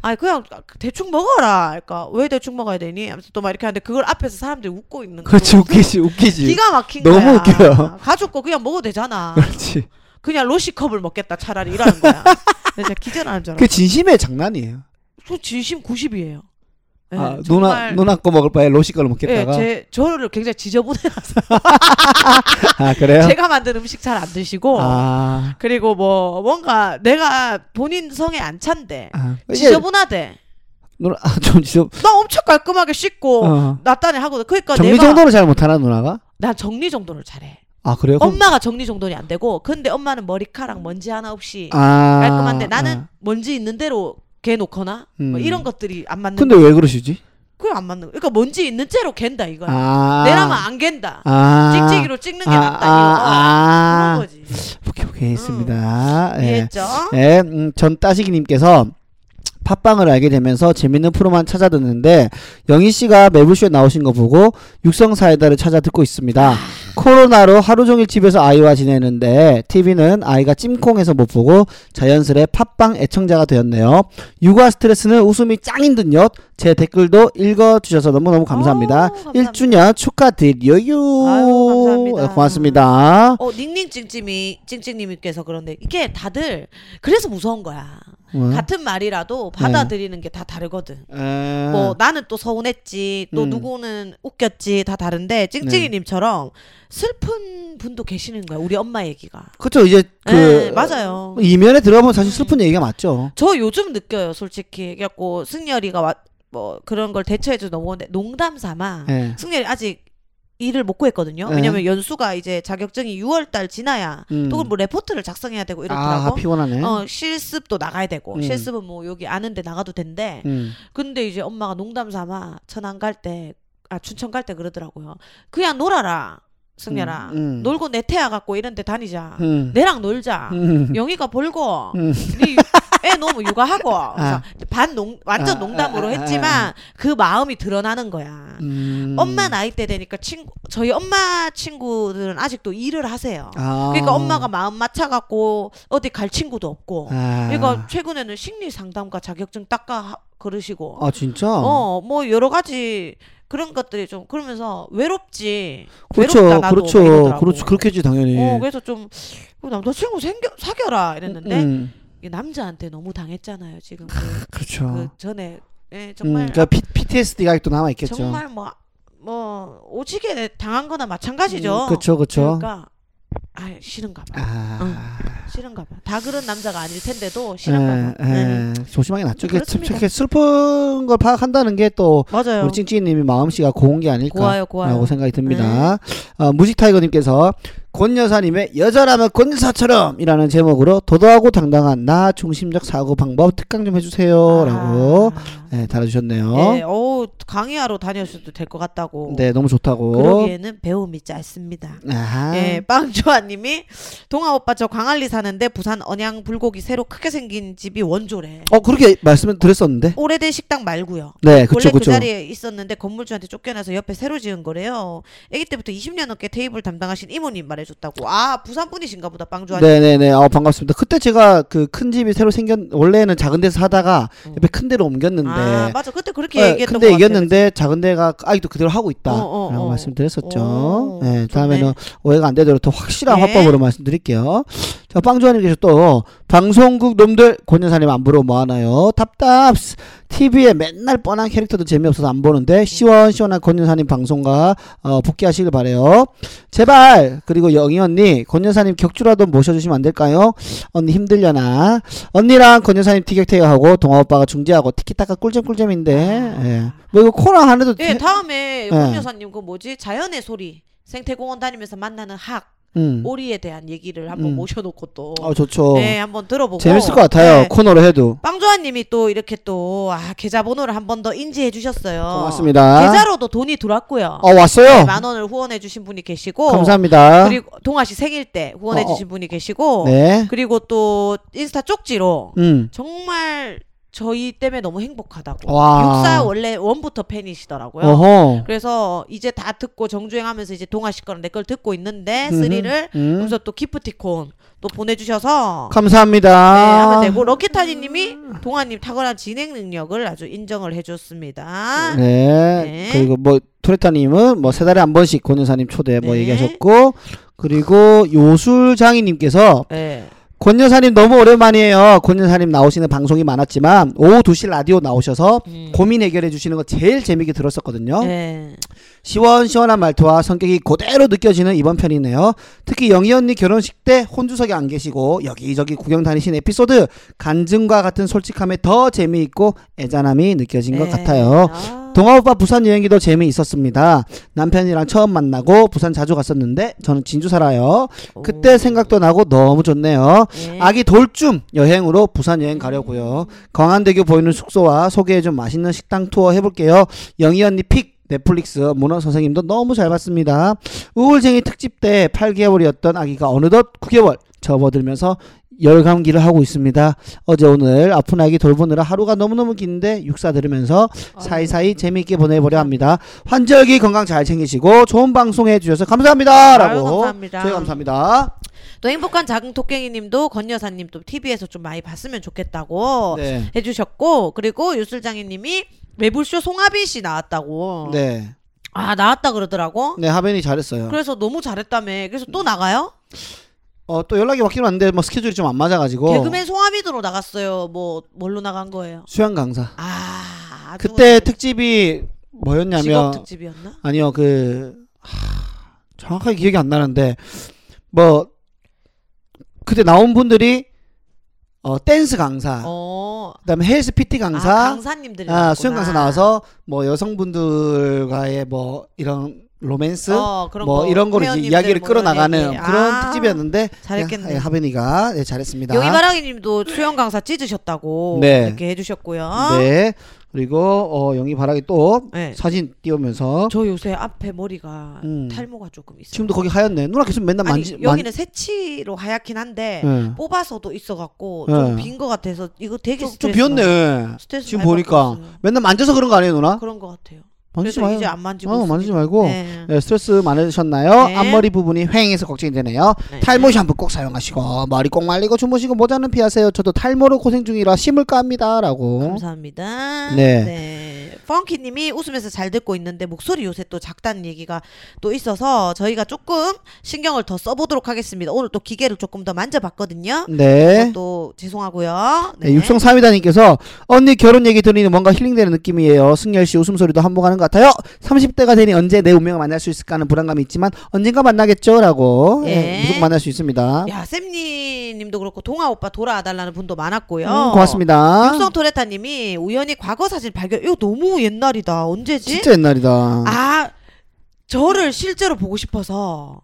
S1: 아니 그냥 대충 먹어라 그러니까 왜 대충 먹어야 되니 하면서 또 막 이렇게 하는데 그걸 앞에서 사람들이 웃고 있는 거예요
S2: 그렇지 웃기지 웃기지.
S1: 기가 막힌
S2: 너무
S1: 거야
S2: 웃겨요.
S1: 가족 거 그냥 먹어도 되잖아
S2: 그렇지.
S1: 그냥 로시컵을 먹겠다 차라리 이러는 거야 근데 진짜 기절하는 줄 알았어
S2: 그 진심의 장난이에요.
S1: 저 진심 90이에요 예, 네,
S2: 아, 누나 누나 거 먹을 바에 로시 걸로 먹겠다가.
S1: 제 저를 굉장히 지저분해서
S2: [laughs] 아 그래요?
S1: [laughs] 제가 뭐. 만든 음식 잘 안 드시고
S2: 아.
S1: 그리고 뭐 뭔가 내가 본인 성에 안 찬대.
S2: 아. 이제
S1: 네. 지저분하대.
S2: 누나 아, 좀 지저.
S1: 나 엄청 깔끔하게 씻고
S2: 어.
S1: 낫다니 하고 그러니까
S2: 정리
S1: 내가
S2: 정도를 잘 못하나 누나가?
S1: 난 정리 정돈을 잘해.
S2: 아 그래요? 그럼-
S1: 엄마가 정리 정돈이 안 되고 근데 엄마는 머리카락 먼지 하나 없이
S2: 아.
S1: 깔끔한데 나는
S2: 아.
S1: 먼지 있는 대로 개 놓거나 뭐
S2: 음.
S1: 이런 것들이 안 맞는
S2: 근데 왜 그러시지?
S1: 그게 안 맞는 거. 그러니까 먼지 있는 채로 갠다 이거야.
S2: 아.
S1: 내라면 안 갠다.
S2: 아.
S1: 찍찍이로 찍는 게
S2: 아,
S1: 낫다 이거. 어,
S2: 아,
S1: 그런
S2: 아.
S1: 거지. 음.
S2: 오케이 오케이 했습니다. 예.
S1: 이해했죠?
S2: 네, 음, 전 따시기님께서 팟빵을 알게 되면서 재밌는 프로만 찾아 듣는데 영희 씨가 매불쇼에 나오신 거 보고 육성 사이다를 찾아 듣고 있습니다. 코로나로 하루 종일 집에서 아이와 지내는데 TV는 아이가 찜콩해서 못 보고 자연스레 팟빵 애청자가 되었네요. 육아 스트레스는 웃음이 짱인 듯요. 제 댓글도 읽어 주셔서 너무너무 감사합니다.
S1: 오, 어, 감사합니다.
S2: 1주년 축하드려요.
S1: 아유, 감사합니다.
S2: 고맙습니다.
S1: 어 닝닝 찡찡이 찡찡님께서 그런데 이게 다들 그래서 무서운 거야.
S2: 어.
S1: 같은 말이라도
S2: 네.
S1: 받아들이는 게 다 다르거든.
S2: 에.
S1: 뭐 나는 또 서운했지, 또
S2: 아. 음. 네.
S1: 누구는 웃겼지 다 다른데 찡찡이님처럼 슬픈 분도 계시는 거야. 우리 엄마 얘기가.
S2: 그쵸 이제 그
S1: 네, 맞아요.
S2: 이면에 들어가면 사실 슬픈 얘기가 맞죠.
S1: 저 요즘 느껴요, 솔직히. 그래갖고 승열이가 와, 뭐 그런 걸 대처해줘서 넘어오는데 농담 삼아
S2: 예.
S1: 승열이 아직 일을 못 구했거든요.
S2: 네.
S1: 왜냐면 연수가 이제 자격증이 6월달 지나야
S2: 음.
S1: 또 뭐 레포트를 작성해야 되고 이렇더라고.
S2: 아 피곤하네.
S1: 어 실습도 나가야 되고
S2: 음.
S1: 실습은 뭐 여기 아는데 나가도 된대.
S2: 음.
S1: 근데 이제 엄마가 농담 삼아 천안 갈 때 아 춘천 갈 때 그러더라고요. 그냥 놀아라 승렬아
S2: 음, 음.
S1: 놀고 내 태아 갖고 이런 데 다니자.
S2: 음.
S1: 내랑 놀자.
S2: 음.
S1: 영희가 벌고
S2: 음.
S1: 네애 너무 육아하고
S2: 아.
S1: 그래서 반농 완전
S2: 아,
S1: 농담으로
S2: 아, 아, 아, 아.
S1: 했지만 그 마음이 드러나는 거야.
S2: 음.
S1: 엄마 나이 때 되니까 친구 저희 엄마 친구들은 아직도 일을 하세요.
S2: 아.
S1: 그러니까 엄마가 마음 맞춰갖고 어디 갈 친구도 없고
S2: 아.
S1: 그러니까 최근에는 심리 상담가 자격증 닦아 하- 그러시고
S2: 아 진짜.
S1: 어 뭐 여러 가지 그런 것들이 좀 그러면서 외롭지
S2: 그렇죠,
S1: 외롭다 나도 막
S2: 그렇죠,
S1: 이러더라고.
S2: 그렇죠. 그렇겠지 당연히.
S1: 어 그래서 좀 어, 남자친구 생겨 사겨라 이랬는데
S2: 음.
S1: 이 남자한테 너무 당했잖아요 지금 그,
S2: 그렇죠.
S1: 그
S2: 음.
S1: 전에 예 정말
S2: 그러니까 P, PTSD가 또 남아 있겠죠.
S1: 정말 뭐 뭐 오지게 당한 거나 마찬가지죠.
S2: 음, 그렇죠, 그쵸 그쵸.
S1: 그러니까 아 싫은가 봐.
S2: 아. 예,
S1: 싫은가 봐. 다 그런 남자가 아닐 텐데도 싫은가 봐. 네.
S2: 에, 에, 조심하게 낫죠. 이게 참-
S1: 그렇습니다.
S2: 이렇게 슬픈 걸 파악한다는 게 또
S1: 맞아요.
S2: 우리 찡찡이님이 마음씨가 고운 게 아닐까
S1: 고와요, 고와요. 네.
S2: 라고 생각이 듭니다. 어, 무식타이거님께서 권여사님의 여자라면 권여사처럼이라는 제목으로 도도하고 당당한 나 중심적 사고 방법 특강 좀 해주세요라고
S1: 아.
S2: 네, 달아주셨네요.
S1: 예, 어우 강의하러 다녀셔도 될 것 같다고.
S2: 네, 너무 좋다고.
S1: 그러기에는 배움이 짧습니다.
S2: 아하.
S1: 예, 빵조아님이 동아 오빠 저 광안리 사는데 부산 언양 불고기 새로 크게 생긴 집이 원조래.
S2: 어 그렇게 말씀을 드렸었는데.
S1: 오래된 식당 말고요.
S2: 네, 그쵸
S1: 원래 그
S2: 그쵸.
S1: 자리에 있었는데 건물주한테 쫓겨나서 옆에 새로 지은 거래요. 아기 때부터 20년 넘게 테이블 담당하신 이모님 말해줬다고. 아 부산 분이신가 보다 빵조아님.
S2: 네네네. 어, 반갑습니다. 그때 제가 그 큰 집이 새로 생겼 원래는 작은 데서 하다가 옆에 큰 데로 옮겼는데.
S1: 음. 아 맞아 그때 그렇게
S2: 네,
S1: 얘기했던
S2: 근데
S1: 것 같아요.
S2: 얘기했는데 작은 데가 아직도 그대로 하고 있다라고
S1: 어, 어, 어.
S2: 말씀드렸었죠.
S1: 오,
S2: 네,
S1: 좋네.
S2: 다음에는 오해가 안 되도록 더 확실한
S1: 네.
S2: 화법으로 말씀드릴게요. 자, 빵조아님께서 또 방송국 놈들 권여사님 안 부러워 뭐하나요? 답답스 TV에 맨날 뻔한 캐릭터도 재미없어서 안 보는데 시원시원한 권여사님 방송과 어, 복귀하시길 바래요. 제발 그리고 영희 언니 권여사님 격주라도 모셔주시면 안 될까요? 언니 힘들려나? 언니랑 권여사님 티격태격하고 동아 오빠가 중재하고 티키타카 꿀잼꿀잼인데 예. 뭐 이거 코너 안 해도
S1: 예
S2: 돼?
S1: 다음에
S2: 예.
S1: 권 여사님 그 뭐지 자연의 소리 생태공원 다니면서 만나는 학
S2: 음.
S1: 오리에 대한 얘기를 한번
S2: 음.
S1: 모셔놓고 또
S2: 아 좋죠
S1: 네, 한번 들어보고
S2: 재밌을 것 같아요
S1: 네.
S2: 코너로 해도
S1: 빵조아님이 또 이렇게 또 아, 계좌번호를 한 번 더 인지해 주셨어요.
S2: 고맙습니다
S1: 계좌로도 돈이 들어왔고요.
S2: 어 왔어요
S1: 네, 만 원을 후원해 주신 분이 계시고
S2: 감사합니다
S1: 그리고 동아 씨 생일 때 후원해
S2: 어, 어.
S1: 주신 분이 계시고
S2: 네
S1: 그리고 또 인스타 쪽지로
S2: 음.
S1: 정말 저희 때문에 너무 행복하다고.
S2: 와.
S1: 육사 원래 원부터 팬이시더라고요.
S2: 어허
S1: 그래서 이제 다 듣고 정주행하면서 이제 동아 씨 거랑 내 걸 듣고 있는데
S2: 음흠.
S1: 쓰리를
S2: 음.
S1: 그래서 또 기프티콘 또 보내주셔서 네,
S2: 감사합니다
S1: 하면 되고
S2: 음.
S1: 럭키타니님이 동아님 탁월한 진행 능력을 아주 인정을 해줬습니다.
S2: 네.
S1: 네.
S2: 그리고 뭐 토레타님은 뭐 세 달에 한 번씩 권여사님 초대 뭐
S1: 네.
S2: 얘기하셨고 그리고 요술장이님께서
S1: 네.
S2: 권여사님 너무 오랜만이에요. 권여사님 나오시는 방송이 많았지만 오후 2시 라디오 나오셔서
S1: 음.
S2: 고민 해결해 주시는 거 제일 재밌게 들었었거든요.
S1: 네.
S2: 시원시원한 말투와 성격이 그대로 느껴지는 이번 편이네요. 특히 영희 언니 결혼식 때 혼주석에 안 계시고 여기저기 구경 다니신 에피소드 간증과 같은 솔직함에 더 재미있고 애잔함이 느껴진 것
S1: 네.
S2: 같아요.
S1: 아.
S2: 동아 오빠 부산 여행기도 재미있었습니다. 남편이랑 처음 만나고 부산 자주 갔었는데 저는 진주 살아요. 그때
S1: 오.
S2: 생각도 나고 너무 좋네요.
S1: 네.
S2: 아기 돌쯤 여행으로 부산 여행 가려고요. 광안대교 보이는 숙소와 소개해준 맛있는 식당 투어 해볼게요. 영희 언니 픽 넷플릭스 문어 선생님도 너무 잘 봤습니다. 우울쟁이 특집 때 8개월이었던 아기가 어느덧 9개월 접어들면서 열감기를 하고 있습니다. 어제 오늘 아픈 아기 돌보느라 하루가 너무너무 긴데 육사 들으면서 사이사이 재미있게 보내보려 합니다. 환절기 건강 잘 챙기시고 좋은 방송 해주셔서 감사합니다라고.
S1: 아유, 감사합니다.
S2: 저희 감사합니다.
S1: 또 행복한 작은 토깽이님도 권 여사님 또 TV에서 좀 많이 봤으면 좋겠다고
S2: 네.
S1: 해주셨고 그리고 유술장애님이 매불쇼 송하빈 씨 나왔다고
S2: 네.
S1: 아 나왔다 그러더라고
S2: 네, 하빈이 잘했어요.
S1: 그래서 너무 잘했다며 그래서 또 나가요?
S2: 어, 또 연락이 왔기로 한데 뭐 스케줄이 좀 안 맞아가지고
S1: 개그맨 송하빈으로 나갔어요 뭐 뭘로 나간 거예요?
S2: 수영 강사.
S1: 아 아주
S2: 그때 특집이 뭐였냐면
S1: 직업 특집이었나?
S2: 아니요 그 하, 정확하게 기억이 안 나는데 뭐 그때 나온 분들이 어 댄스 강사,
S1: 어
S2: 그다음에 헬스 PT
S1: 아,
S2: 강사,
S1: 강사님들이
S2: 아,
S1: 나왔구나.
S2: 수영 강사 나와서 뭐 여성분들과의 뭐 이런 로맨스
S1: 어, 그런
S2: 뭐
S1: 거,
S2: 이런 거로 이제
S1: 회원님들
S2: 이야기를
S1: 뭐 이런
S2: 끌어나가는
S1: 얘기.
S2: 그런
S1: 아,
S2: 특집이었는데
S1: 잘했겠네.
S2: 예, 하빈이가 네, 잘했습니다.
S1: 용이바라기님도 수영 강사 찢으셨다고
S2: 네.
S1: 이렇게 해주셨고요.
S2: 네. 그리고 어, 영희 바라기 또
S1: 아. 네.
S2: 사진 띄우면서
S1: 저 요새 앞에 머리가
S2: 어? 음.
S1: 탈모가 조금 있어요.
S2: 지금도 거기 하얗네. 누나 계속 맨날
S1: 아니
S2: 만지
S1: 여기는 새치로 하얗긴 한데
S2: 만...
S1: 뽑아서도 있어갖고
S2: 예.
S1: 좀 빈 것 같아서 이거 되게
S2: 좀,
S1: 스트레스
S2: 좀 비었네.
S1: 받- 스트레스
S2: 지금
S1: 많이
S2: 보니까
S1: 받고 있어요.
S2: 맨날 만져서 그런 거 아니에요, 누나?
S1: 그런 것 같아요.
S2: 만지지
S1: 그래서
S2: 마요.
S1: 이제 안 만지고
S2: 어,
S1: 있습니다.
S2: 만지지 말고.
S1: 네.
S2: 네, 스트레스 많으셨나요?
S1: 네.
S2: 앞머리 부분이 휑해서 걱정이 되네요.
S1: 네.
S2: 탈모 샴푸 꼭 사용하시고 머리 꼭 말리고 주무시고 모자는 피하세요. 저도 탈모로 고생 중이라 심을까 합니다라고.
S1: 감사합니다.
S2: 네.
S1: 네. 펑키님이 웃으면서 잘 듣고 있는데 목소리 요새 또 작다는 얘기가 또 있어서 저희가 조금 신경을 더 써보도록 하겠습니다. 오늘 또 기계를 조금 더 만져봤거든요.
S2: 네.
S1: 또 죄송하고요.
S2: 네, 육성 3위다님께서 언니 결혼 얘기 들으니 뭔가 힐링되는 느낌이에요. 승열 씨 웃음소리도 한몫하는 것 같아요. 30대가 되니 언제 내 운명을 만날 수 있을까 하는 불안감이 있지만 언젠가 만나겠죠라고
S1: 예.
S2: 예, 무조건 만날 수 있습니다. 음,
S1: 야 쌤님님도 그렇고 동아 오빠 돌아와달라는 분도 많았고요.
S2: 음, 고맙습니다.
S1: 육성 토레타님이 우연히 과거 사진 발견. 이거 너무 옛날이다. 언제지?
S2: 진짜 옛날이다.
S1: 아 저를 실제로 보고 싶어서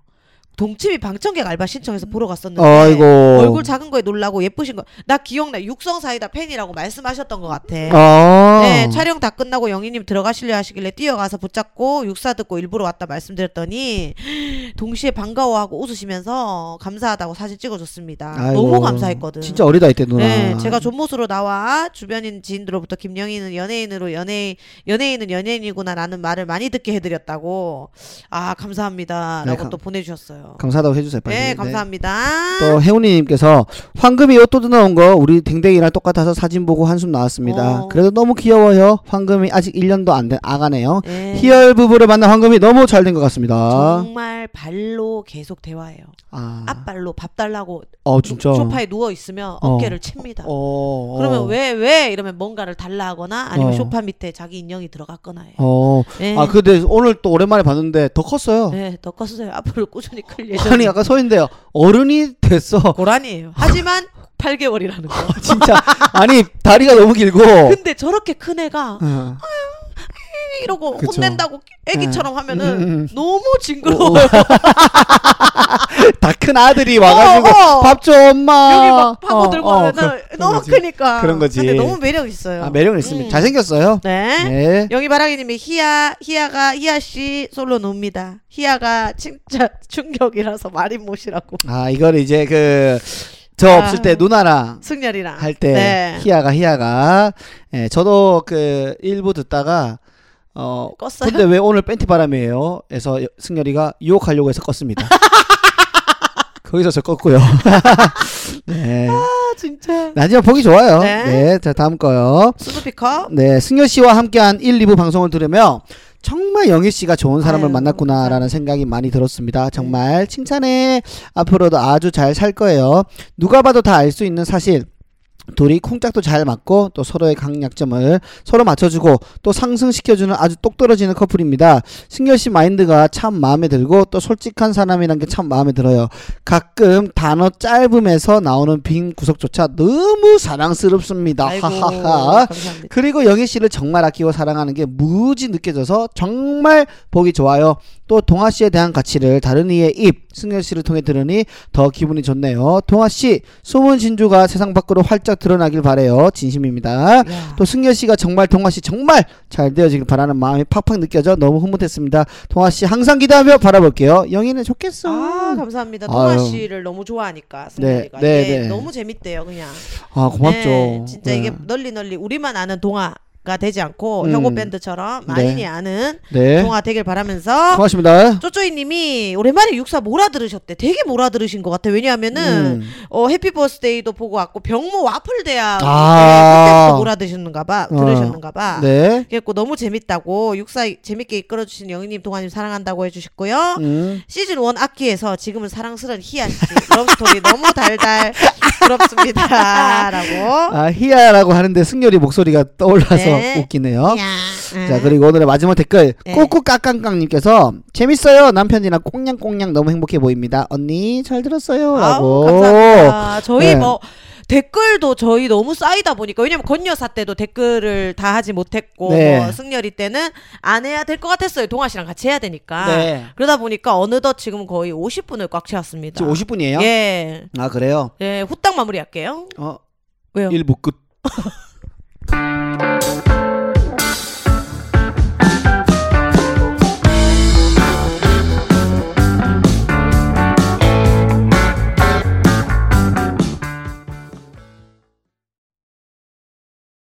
S1: 동치미 방청객 알바 신청해서 보러 갔었는데
S2: 아이고.
S1: 네. 얼굴 작은 거에 놀라고 예쁘신 거 나 기억나 육성 사이다 팬이라고 말씀하셨던 것 같아.
S2: 아.
S1: 네, 촬영 다 끝나고 영희님 들어가실려 하시길래 뛰어가서 붙잡고 육사 듣고 일부러 왔다 말씀드렸더니 [gasps] 동시에 반가워하고 웃으시면서 감사하다고 사진 찍어줬습니다.
S2: 아이고.
S1: 너무 감사했거든.
S2: 진짜 어리다 이때 누나.
S1: 네, 제가 존모습으로 나와 주변인 지인들로부터 김영희는 연예인으로 연예인 연예인은 연예인이구나 라는 말을 많이 듣게 해드렸다고 아
S2: 네,
S1: 감사합니다라고
S2: 감-
S1: 또 보내주셨어요.
S2: 감사하다고 해주세요 빨리.
S1: 네,
S2: 네.
S1: 감사합니다.
S2: 또 혜훈이님께서 황금이 옷 뜯어나온 거 우리 댕댕이랑 똑같아서 사진 보고 한숨 나왔습니다.
S1: 어.
S2: 그래도 너무 귀여워요. 황금이 아직 1년도 안 된 아가네요.
S1: 네,
S2: 희열 부부를 만난 황금이 너무 잘 된 것 같습니다.
S1: 정말 발로 계속 대화해요.
S2: 아,
S1: 앞발로 밥 달라고
S2: 어 진짜.
S1: 소파에 누워 있으면
S2: 어.
S1: 어깨를 칩니다.
S2: 어, 어.
S1: 그러면 왜 왜 이러면 뭔가를 달라하거나 아니면
S2: 어.
S1: 소파 밑에 자기 인형이 들어갔거나 해요.
S2: 어.
S1: 네.
S2: 아 근데 오늘 또 오랜만에 봤는데 더 컸어요.
S1: 네, 더 컸어요. 앞으로 꾸준히 클
S2: 아니
S1: 예정이에요.
S2: 아까 서인데 어른이 됐어. [laughs] 어.
S1: 고란이에요. 하지만 8개월이라는 거.
S2: 진짜 아니 다리가 너무 길고.
S1: 근데 저렇게 큰 애가
S2: 어.
S1: 이러고
S2: 그쵸.
S1: 혼낸다고 애기처럼 하면은
S2: 음, 어. 음.
S1: 너무 징그러워요.
S2: 다 큰 아들이 와가지고
S1: 어, 어.
S2: 밥 줘
S1: [laughs]
S2: 엄마.
S1: 여기 막 파고들고
S2: 어, 어,
S1: 하면
S2: 그런-
S1: 은
S2: 그런
S1: 너무
S2: 거지.
S1: 크니까.
S2: 그런 거지.
S1: 근데 너무 매력 있어요.
S2: 아, 매력은 있습니다.
S1: 음.
S2: 잘생겼어요.
S1: 네.
S2: 네.
S1: 영희바라기님이 희야 희야가 희야 씨 솔로 놉니다. 희야가 진짜 [laughs] 충격이라서 말이 못이라고 [laughs]
S2: 아, 이걸 이제 그, 저
S1: 아.
S2: 없을 때 누나랑
S1: 승렬이랑
S2: 할 때,
S1: 네.
S2: 희야가, 희야가. 예, 저도 그, 일부 듣다가, 어,
S1: 껐어요.
S2: 근데 왜 오늘 팬티 바람이에요? 에서 여- 승열이가 유혹하려고 해서
S1: [laughs]
S2: 껐습니다. 거기서 저 껐고요. [laughs] 네.
S1: 아 [laughs] 진짜
S2: 나지만 보기 좋아요.
S1: 네.
S2: 네. 자, 다음 거요.
S1: 스누피컵
S2: 네, 승열 씨와 함께한 1, 2부 방송을 들으며 정말 영희 씨가 좋은 사람을
S1: 아유, 네.
S2: 만났구나라는 생각이 많이 들었습니다. 정말 칭찬해. 앞으로도 아주 잘 살 거예요. 누가 봐도 다 알 수 있는 사실. 둘이 콩짝도 잘 맞고 또 서로의 강약점을 서로 맞춰주고 또 상승시켜주는 아주 똑 떨어지는 커플입니다. 승열 씨 마인드가 참 마음에 들고 또 솔직한 사람이란 게 참 마음에 들어요. 가끔 단어 짧음에서 나오는 빈 구석조차 너무 사랑스럽습니다.
S1: 아이고
S2: 하하하.
S1: 감사합니다.
S2: 그리고 영희 씨를 정말 아끼고 사랑하는 게 무지 느껴져서 정말 보기 좋아요. 또 동아 씨에 대한 가치를 다른 이의 입 승열 씨를 통해 들으니 더 기분이 좋네요. 동아 씨 숨은 진주가 세상 밖으로 활짝 드러나길 바래요. 진심입니다.
S1: 야.
S2: 또 승열 씨가 정말 동아 씨 정말 잘 되어지길 바라는 마음이 팍팍 느껴져 너무 흐뭇했습니다. 동아 씨 항상 기대하며 바라볼게요. 영희는 좋겠어.
S1: 아
S2: 아,
S1: 감사합니다. 동아
S2: 아유.
S1: 씨를 너무 좋아하니까 승렬이가
S2: 네,
S1: 이게
S2: 네.
S1: 너무 재밌대요 그냥.
S2: 아, 고맙죠.
S1: 네, 진짜
S2: 네.
S1: 이게 널리 널리 우리만 아는 동아가 되지 않고
S2: 음.
S1: 혁오 밴드처럼 많이
S2: 네.
S1: 아는
S2: 네
S1: 동아 되길 바라면서
S2: 고맙습니다.
S1: 쪼쪼이님이 오랜만에 육사 몰아들으셨대. 되게 몰아들으신 것 같아. 왜냐하면은
S2: 음.
S1: 어, 해피 버스데이도 보고 왔고 병모 와플 대학
S2: 아.
S1: 때 그때부터 몰아드셨는가봐.
S2: 어.
S1: 들으셨는가봐.
S2: 네.
S1: 그래갖고 너무 재밌다고 육사 재밌게 이끌어주신 영희님 동아님 사랑한다고 해주셨고요.
S2: 음.
S1: 시즌 1 악기에서 지금은 사랑스러운 희야 씨 러브스토리 너무 달달
S2: [laughs]
S1: 부럽습니다라고.
S2: 아, 희야라고 하는데 승열이 목소리가 떠올라서
S1: 네.
S2: 웃기네요.
S1: 야.
S2: 어? 자, 그리고 오늘의 마지막 댓글.
S1: 네.
S2: 꾸꾸깍깡깡님께서 재밌어요. 남편이랑 꽁냥꽁냥 너무 행복해 보입니다. 언니, 잘 들었어요.
S1: 아우,
S2: 라고.
S1: 감사합니다. 저희
S2: 네.
S1: 뭐 댓글도 저희 너무 쌓이다 보니까 왜냐면 건여사 때도 댓글을 다 하지 못했고
S2: 네.
S1: 뭐 승열이 때는 안 해야 될 것 같았어요. 동아 씨랑 같이 해야 되니까.
S2: 네.
S1: 그러다 보니까 어느덧 지금 거의 50분을 꽉 채웠습니다.
S2: 지금 50분이에요?
S1: 예.
S2: 아, 그래요?
S1: 예, 후딱 마무리할게요.
S2: 어,
S1: 왜요?
S2: 1부 끝.